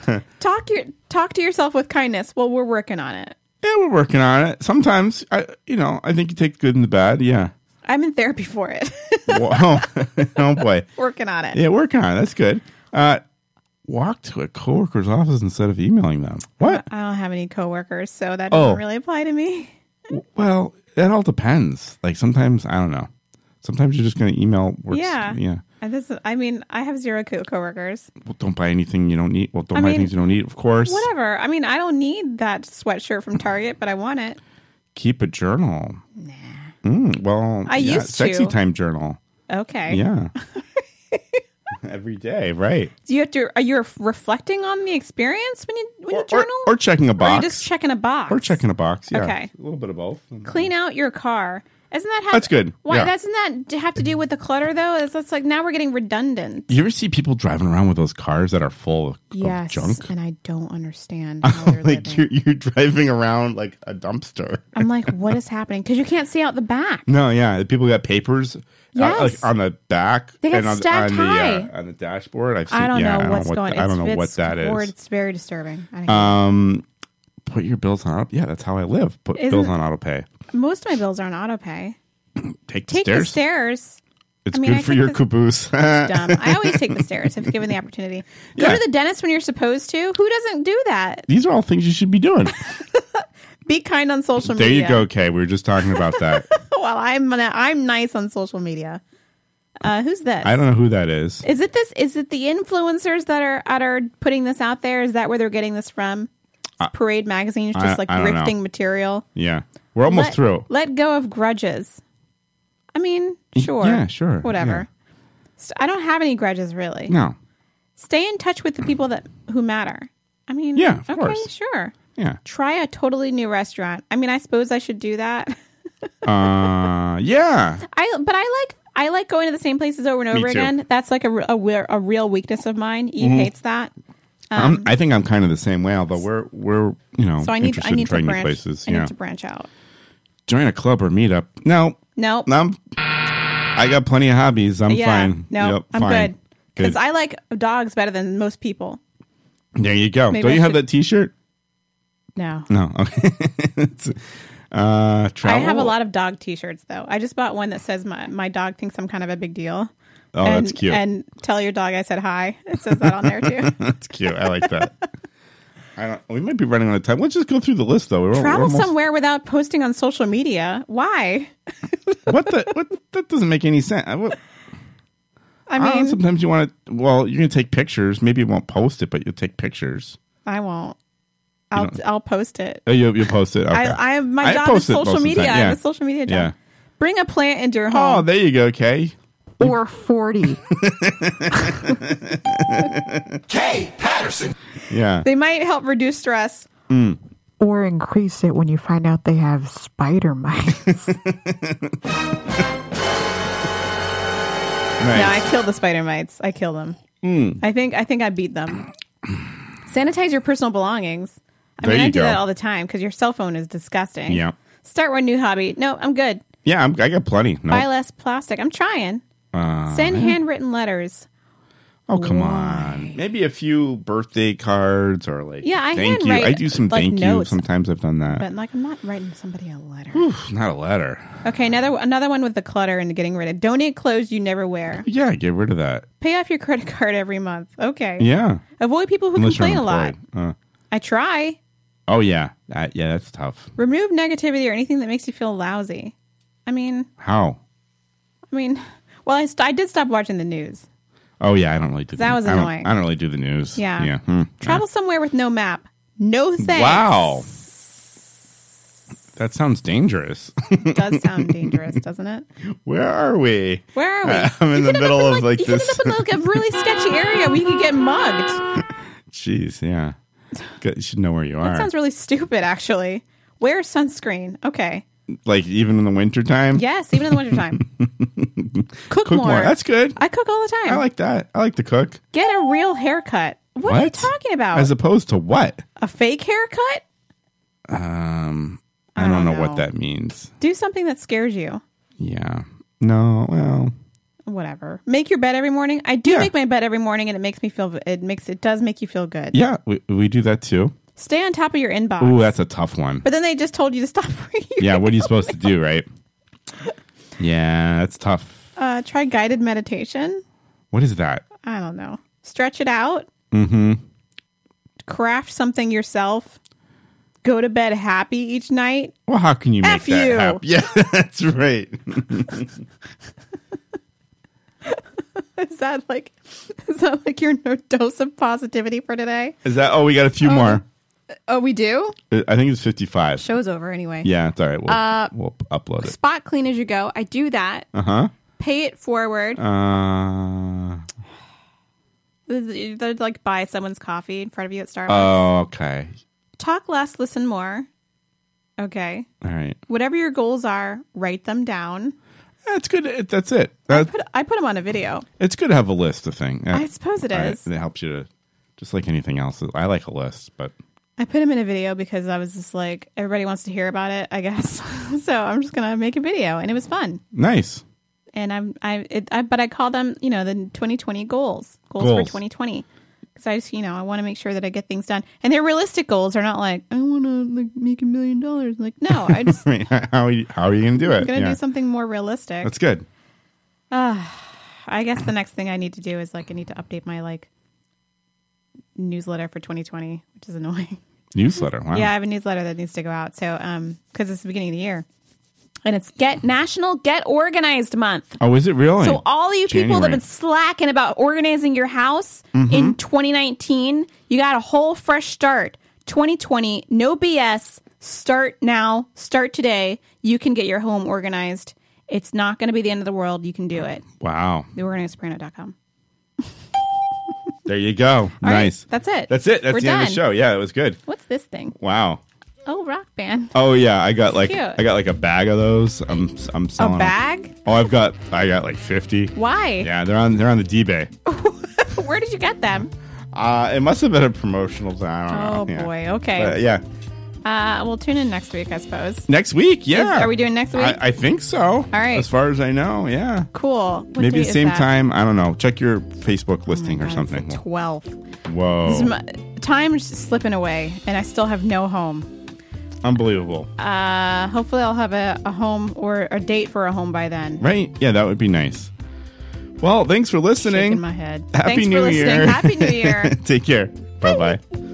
Speaker 2: yeah,
Speaker 1: Talk your talk to yourself with kindness. Well, we're working on it.
Speaker 2: we're working on it. Sometimes, I, you know, I think you take the good and the bad. Yeah.
Speaker 1: I'm in therapy for it. [laughs]
Speaker 2: Whoa. [laughs] oh boy.
Speaker 1: working on it.
Speaker 2: Yeah, working on it. That's good. Uh, walk to a coworker's office instead of emailing them. What?
Speaker 1: I don't have any coworkers, so that
Speaker 2: Oh.
Speaker 1: doesn't really apply to me.
Speaker 2: Well, that all depends. Like sometimes, I don't know. Sometimes you're just going to email. Works.
Speaker 1: yeah.
Speaker 2: Yeah.
Speaker 1: And this is- I mean, I have zero co- coworkers.
Speaker 2: Well, don't buy anything you don't need. Well, don't
Speaker 1: I
Speaker 2: buy
Speaker 1: mean,
Speaker 2: things you don't need, of course.
Speaker 1: Whatever. I mean, I don't need that sweatshirt from Target, but I want it.
Speaker 2: Keep a journal. Nah. Mm, well,
Speaker 1: I
Speaker 2: yeah,
Speaker 1: used
Speaker 2: sexy
Speaker 1: to.
Speaker 2: time journal.
Speaker 1: Okay. [laughs]
Speaker 2: Yeah. [laughs] Every day, right?
Speaker 1: Do you have to? Are you reflecting on the experience when you when you journal?
Speaker 2: Or checking a
Speaker 1: Or are you
Speaker 2: box.
Speaker 1: just checking a box?
Speaker 2: Or checking a box. Yeah.
Speaker 1: Okay.
Speaker 2: A little bit of both.
Speaker 1: Clean out your car. Isn't that have,
Speaker 2: That's good.
Speaker 1: Why
Speaker 2: Yeah.
Speaker 1: doesn't that have to do with the clutter though? It's, it's like now we're getting redundant.
Speaker 2: You ever see people driving around with those cars that are full of, of
Speaker 1: Yes,
Speaker 2: Oh, junk?
Speaker 1: and I don't
Speaker 2: [laughs]
Speaker 1: understand.
Speaker 2: like you're, you're driving around like a dumpster.
Speaker 1: I'm like, what is happening? Because you can't see out the back.
Speaker 2: No, yeah. the People got papers uh,
Speaker 1: Yes.
Speaker 2: like on the back
Speaker 1: They got
Speaker 2: and on,
Speaker 1: stacked
Speaker 2: on the
Speaker 1: high.
Speaker 2: Uh, on the dashboard. I've seen,
Speaker 1: I don't
Speaker 2: yeah,
Speaker 1: know what's
Speaker 2: what,
Speaker 1: going.
Speaker 2: I don't
Speaker 1: it's-
Speaker 2: know what
Speaker 1: it's
Speaker 2: that
Speaker 1: weird.
Speaker 2: is.
Speaker 1: It's very disturbing. I don't
Speaker 2: Um, put your bills on. Yeah, that's how I live. Put
Speaker 1: Isn't-
Speaker 2: bills on auto pay.
Speaker 1: Most of my bills are on auto pay.
Speaker 2: Take the
Speaker 1: Take
Speaker 2: stairs.
Speaker 1: the stairs.
Speaker 2: It's
Speaker 1: I mean,
Speaker 2: good
Speaker 1: I
Speaker 2: for
Speaker 1: think
Speaker 2: your
Speaker 1: this-
Speaker 2: caboose. [laughs]
Speaker 1: Dumb. I always take the stairs if given the opportunity. Go
Speaker 2: Yeah.
Speaker 1: to the dentist when you're supposed to. Who doesn't do that?
Speaker 2: These are all things you should
Speaker 1: [laughs]
Speaker 2: be doing.
Speaker 1: Be kind on social
Speaker 2: there
Speaker 1: media.
Speaker 2: you go, Kay. We were just talking about that.
Speaker 1: [laughs] well, I'm I'm nice on social media. Uh, who's this?
Speaker 2: I don't know who that is.
Speaker 1: Is it this? Is it the influencers that are that are putting this out there? Is that where they're getting this from? Parade magazine is
Speaker 2: Uh, I-
Speaker 1: just like
Speaker 2: I don't know.
Speaker 1: grifting material.
Speaker 2: Yeah, we're almost
Speaker 1: let,
Speaker 2: through.
Speaker 1: Let go of grudges. I mean, sure.
Speaker 2: yeah, sure,
Speaker 1: Whatever. St- I don't have any grudges really.
Speaker 2: No,
Speaker 1: Stay in touch with the people that who matter. I mean,
Speaker 2: Yeah, of
Speaker 1: okay,
Speaker 2: course.
Speaker 1: sure.
Speaker 2: yeah,
Speaker 1: Try a totally new restaurant. I mean, I suppose I should do that. [laughs]
Speaker 2: uh, yeah.
Speaker 1: I but I like I like going to the same places over and
Speaker 2: Me
Speaker 1: over
Speaker 2: too.
Speaker 1: again. That's like a re- a, we- a real weakness of mine. Eve
Speaker 2: Mhm.
Speaker 1: hates that.
Speaker 2: I'm, I think I'm kind of the same way, although we're we're you know
Speaker 1: Um, so I need
Speaker 2: interested
Speaker 1: I
Speaker 2: in
Speaker 1: need to
Speaker 2: trying
Speaker 1: branch.
Speaker 2: new places.
Speaker 1: I
Speaker 2: yeah,
Speaker 1: need to branch out.
Speaker 2: join a club or meetup. No,
Speaker 1: No,
Speaker 2: no, I'm, I got plenty of hobbies. I'm fine.
Speaker 1: No,
Speaker 2: Yep,
Speaker 1: I'm
Speaker 2: fine.
Speaker 1: good because I like dogs better than most people.
Speaker 2: there you go.
Speaker 1: Maybe
Speaker 2: Don't
Speaker 1: I
Speaker 2: you have
Speaker 1: should-
Speaker 2: that T-shirt?
Speaker 1: No,
Speaker 2: No. Okay. [laughs] It's, uh, travel.
Speaker 1: I have a lot of dog T-shirts though. I just bought one that says my my dog thinks I'm kind of a big deal.
Speaker 2: Oh,
Speaker 1: and,
Speaker 2: that's cute.
Speaker 1: And tell your dog I said hi. It says that on there
Speaker 2: [laughs]
Speaker 1: too.
Speaker 2: That's cute. I like
Speaker 1: [laughs]
Speaker 2: that. I don't. We might be running out of time. Let's just go through the list though. We're, we're
Speaker 1: Travel
Speaker 2: almost-
Speaker 1: somewhere without posting on social media. Why?
Speaker 2: What the? What? That doesn't make any sense. I, what,
Speaker 1: I
Speaker 2: I don't know,
Speaker 1: mean,
Speaker 2: sometimes you want to. Well, you're gonna take pictures. Maybe you won't post it, but you'll take pictures.
Speaker 1: I won't. I'll
Speaker 2: don't-
Speaker 1: I'll post it.
Speaker 2: Oh, you you post it. Okay.
Speaker 1: I, I have my
Speaker 2: I
Speaker 1: job is
Speaker 2: post it most
Speaker 1: social
Speaker 2: of the
Speaker 1: media.
Speaker 2: time,
Speaker 1: I
Speaker 2: yeah.
Speaker 1: have a social media job.
Speaker 2: Yeah.
Speaker 1: Bring a plant into your
Speaker 2: Oh,
Speaker 1: home.
Speaker 2: there you go, Kay.
Speaker 1: or forty.
Speaker 20: Kay Patterson.
Speaker 1: [laughs]
Speaker 2: Yeah.
Speaker 1: they might help reduce stress.
Speaker 18: Or increase it when you find out they have spider mites.
Speaker 1: No, I killed the spider mites. I killed them.
Speaker 2: Mm.
Speaker 1: I think I think I beat them. Sanitize your personal belongings. I
Speaker 2: There
Speaker 1: mean, I
Speaker 2: you
Speaker 1: do
Speaker 2: go.
Speaker 1: that all the time because your cell phone is disgusting.
Speaker 2: Yeah.
Speaker 1: Start one new hobby. No, I'm good.
Speaker 2: Yeah, I'm, I got plenty. No.
Speaker 1: Buy less plastic. I'm trying.
Speaker 2: Uh,
Speaker 1: Send handwritten letters.
Speaker 2: Oh come on! Maybe a few birthday cards or like
Speaker 1: Yeah, I
Speaker 2: thank you.
Speaker 1: handwrite,
Speaker 2: I do some
Speaker 1: like,
Speaker 2: thank you.
Speaker 1: notes.
Speaker 2: Sometimes I've done that.
Speaker 1: But like, I'm not writing somebody a letter.
Speaker 2: [sighs] Not a letter.
Speaker 1: Okay, another another one with the clutter and getting rid of. Donate clothes you never wear.
Speaker 2: Yeah, get rid of that.
Speaker 1: Pay off your credit card every month. Okay.
Speaker 2: Yeah.
Speaker 1: Avoid people who
Speaker 2: Unless you're
Speaker 1: complain a lot.
Speaker 2: unemployed. Uh,
Speaker 1: I try.
Speaker 2: oh yeah, That- yeah. That's tough.
Speaker 1: Remove negativity or anything that makes you feel lousy. I mean,
Speaker 2: How?
Speaker 1: I mean, well, I, st- I did stop watching the news.
Speaker 2: Oh yeah, I don't really do
Speaker 1: That
Speaker 2: the-
Speaker 1: was
Speaker 2: I don't-
Speaker 1: annoying.
Speaker 2: I don't really do the news.
Speaker 1: Yeah.
Speaker 2: Yeah. hmm.
Speaker 1: Travel somewhere with no map. No thanks.
Speaker 2: Wow. That sounds dangerous. [laughs]
Speaker 1: It does sound dangerous, doesn't it?
Speaker 2: Where are we?
Speaker 1: Where are we?
Speaker 2: [laughs] I'm in the middle of like,
Speaker 1: you
Speaker 2: this.
Speaker 1: could end up in like a really sketchy area where you could get
Speaker 2: [laughs]
Speaker 1: mugged.
Speaker 2: Jeez, yeah. Good, You should know where you
Speaker 1: That
Speaker 2: are.
Speaker 1: sounds really stupid, actually. Wear sunscreen. Okay.
Speaker 2: like even in the wintertime.
Speaker 1: Yes, even in the
Speaker 2: [laughs]
Speaker 1: wintertime. cook, more.
Speaker 2: That's good.
Speaker 1: I cook all the time.
Speaker 2: I like that. I like to cook.
Speaker 1: Get a real haircut. What, are you
Speaker 2: What?
Speaker 1: talking about?
Speaker 2: As opposed to what?
Speaker 1: a fake haircut?
Speaker 2: Um, I, don't, know, what that means.
Speaker 1: Do something that scares you.
Speaker 2: Yeah. No. Well.
Speaker 1: Whatever. Make your bed every morning. I do
Speaker 2: Yeah.
Speaker 1: make my bed every morning, and it makes me feel. It makes it does make you feel good.
Speaker 2: Yeah. We we do that too.
Speaker 1: Stay on top of your inbox.
Speaker 2: Ooh, that's a tough one.
Speaker 1: but then they just told you to stop [laughs] reading.
Speaker 2: Yeah. What are you supposed to do, right? Yeah, that's tough.
Speaker 1: Uh, try guided meditation.
Speaker 2: What is that?
Speaker 1: I don't know. Stretch it out.
Speaker 2: Mm-hmm.
Speaker 1: Craft something yourself. Go to bed happy each night. [laughs]
Speaker 2: Well, how can you make
Speaker 1: F
Speaker 2: that
Speaker 1: you.
Speaker 2: happen? [laughs] Yeah, that's right.
Speaker 1: Is that like is that like your no- dose of positivity for today?
Speaker 2: is that? Oh, we got a
Speaker 1: Um,
Speaker 2: few more. Uh,
Speaker 1: Oh, we do.
Speaker 2: I think it's fifty-five.
Speaker 1: Show's over anyway.
Speaker 2: Yeah, it's all right. We'll,
Speaker 1: Uh,
Speaker 2: we'll upload it.
Speaker 1: Spot clean as you go. I do that.
Speaker 2: Uh-huh.
Speaker 1: Pay it forward.
Speaker 2: Uh
Speaker 1: They'd like buy someone's coffee in front of you at Starbucks.
Speaker 2: Oh, okay.
Speaker 1: Talk less, listen more. Okay.
Speaker 2: All right.
Speaker 1: Whatever your goals are, write them down.
Speaker 2: That's good. It- That's it. That,
Speaker 1: I put them on a video.
Speaker 2: it's good to have a list of things.
Speaker 1: I suppose it
Speaker 2: it is.
Speaker 1: is.
Speaker 2: It helps you to, just like anything else. I like a list, but
Speaker 1: I put them in a video because I was just like, everybody wants to hear about it, I guess. [laughs] so I'm just gonna make a video, and it was fun.
Speaker 2: nice. [laughs]
Speaker 1: And I'm I, it, I but I call them you know the 2020 goals goals, for
Speaker 2: Goals.
Speaker 1: 2020 because I just you know I want to make sure that I get things done, and they're realistic goals. They're not like I want to like make a million dollars. Like no, I just
Speaker 2: I mean, how are you, how are you going to do it?
Speaker 1: I'm gonna
Speaker 2: Yeah.
Speaker 1: do something more realistic.
Speaker 2: That's good.
Speaker 1: Uh, I guess the next thing I need to do is like I need to update my like newsletter for 2020, which is annoying.
Speaker 2: Newsletter. Wow.
Speaker 1: Yeah, I have a newsletter that needs to go out. So, um, because it's the beginning of the year, and it's Get National Get Organized Month.
Speaker 2: Oh, is it really?
Speaker 1: So all you people that have
Speaker 2: January.
Speaker 1: been slacking about organizing your house
Speaker 2: Mhm.
Speaker 1: in 2019, you got a whole fresh start. 2020, no BS. Start now. Start today. You can get your home organized. It's not going to be the end of the world. You can do it.
Speaker 2: Wow.
Speaker 1: TheOrganizedSoprano.com.
Speaker 2: There you go.
Speaker 1: All right,
Speaker 2: nice.
Speaker 1: that's it.
Speaker 2: That's it. That's
Speaker 1: We're
Speaker 2: the end of the
Speaker 1: done.
Speaker 2: show. Yeah, it was good.
Speaker 1: What's this thing?
Speaker 2: Wow.
Speaker 1: Oh, rock band.
Speaker 2: Oh yeah, I got like
Speaker 1: Cute.
Speaker 2: I got like a bag of those. I'm I'm selling
Speaker 1: A
Speaker 2: 'em.
Speaker 1: bag?
Speaker 2: Oh, I've got I got like fifty.
Speaker 1: Why?
Speaker 2: Yeah, they're on they're on the D Bay.
Speaker 1: [laughs] Where did you get them?
Speaker 2: Uh, it must have been a promotional. I don't know.
Speaker 1: Oh,
Speaker 2: Yeah.
Speaker 1: boy. Okay.
Speaker 2: But, yeah.
Speaker 1: Uh, we'll tune in next week, I suppose.
Speaker 2: Next week, yeah.
Speaker 1: Is- are we doing next week?
Speaker 2: I, I think so. All
Speaker 1: right.
Speaker 2: As far as I know, yeah.
Speaker 1: cool. What
Speaker 2: Maybe
Speaker 1: date is
Speaker 2: same
Speaker 1: that? Oh
Speaker 2: time. I don't know. Check your Facebook listing or something. Oh.
Speaker 1: 12th. This
Speaker 2: Whoa.
Speaker 1: is my, time's slipping away, and I still have no home.
Speaker 2: Unbelievable.
Speaker 1: Uh, hopefully, I'll have a, a home or a date for a home by then.
Speaker 2: Right? Yeah, that would be nice. Well, thanks for listening.
Speaker 1: Shaking my head.
Speaker 2: Happy
Speaker 1: Thanks
Speaker 2: New
Speaker 1: for listening.
Speaker 2: [laughs] Year.
Speaker 1: Happy New Year.
Speaker 2: Take care. Bye bye.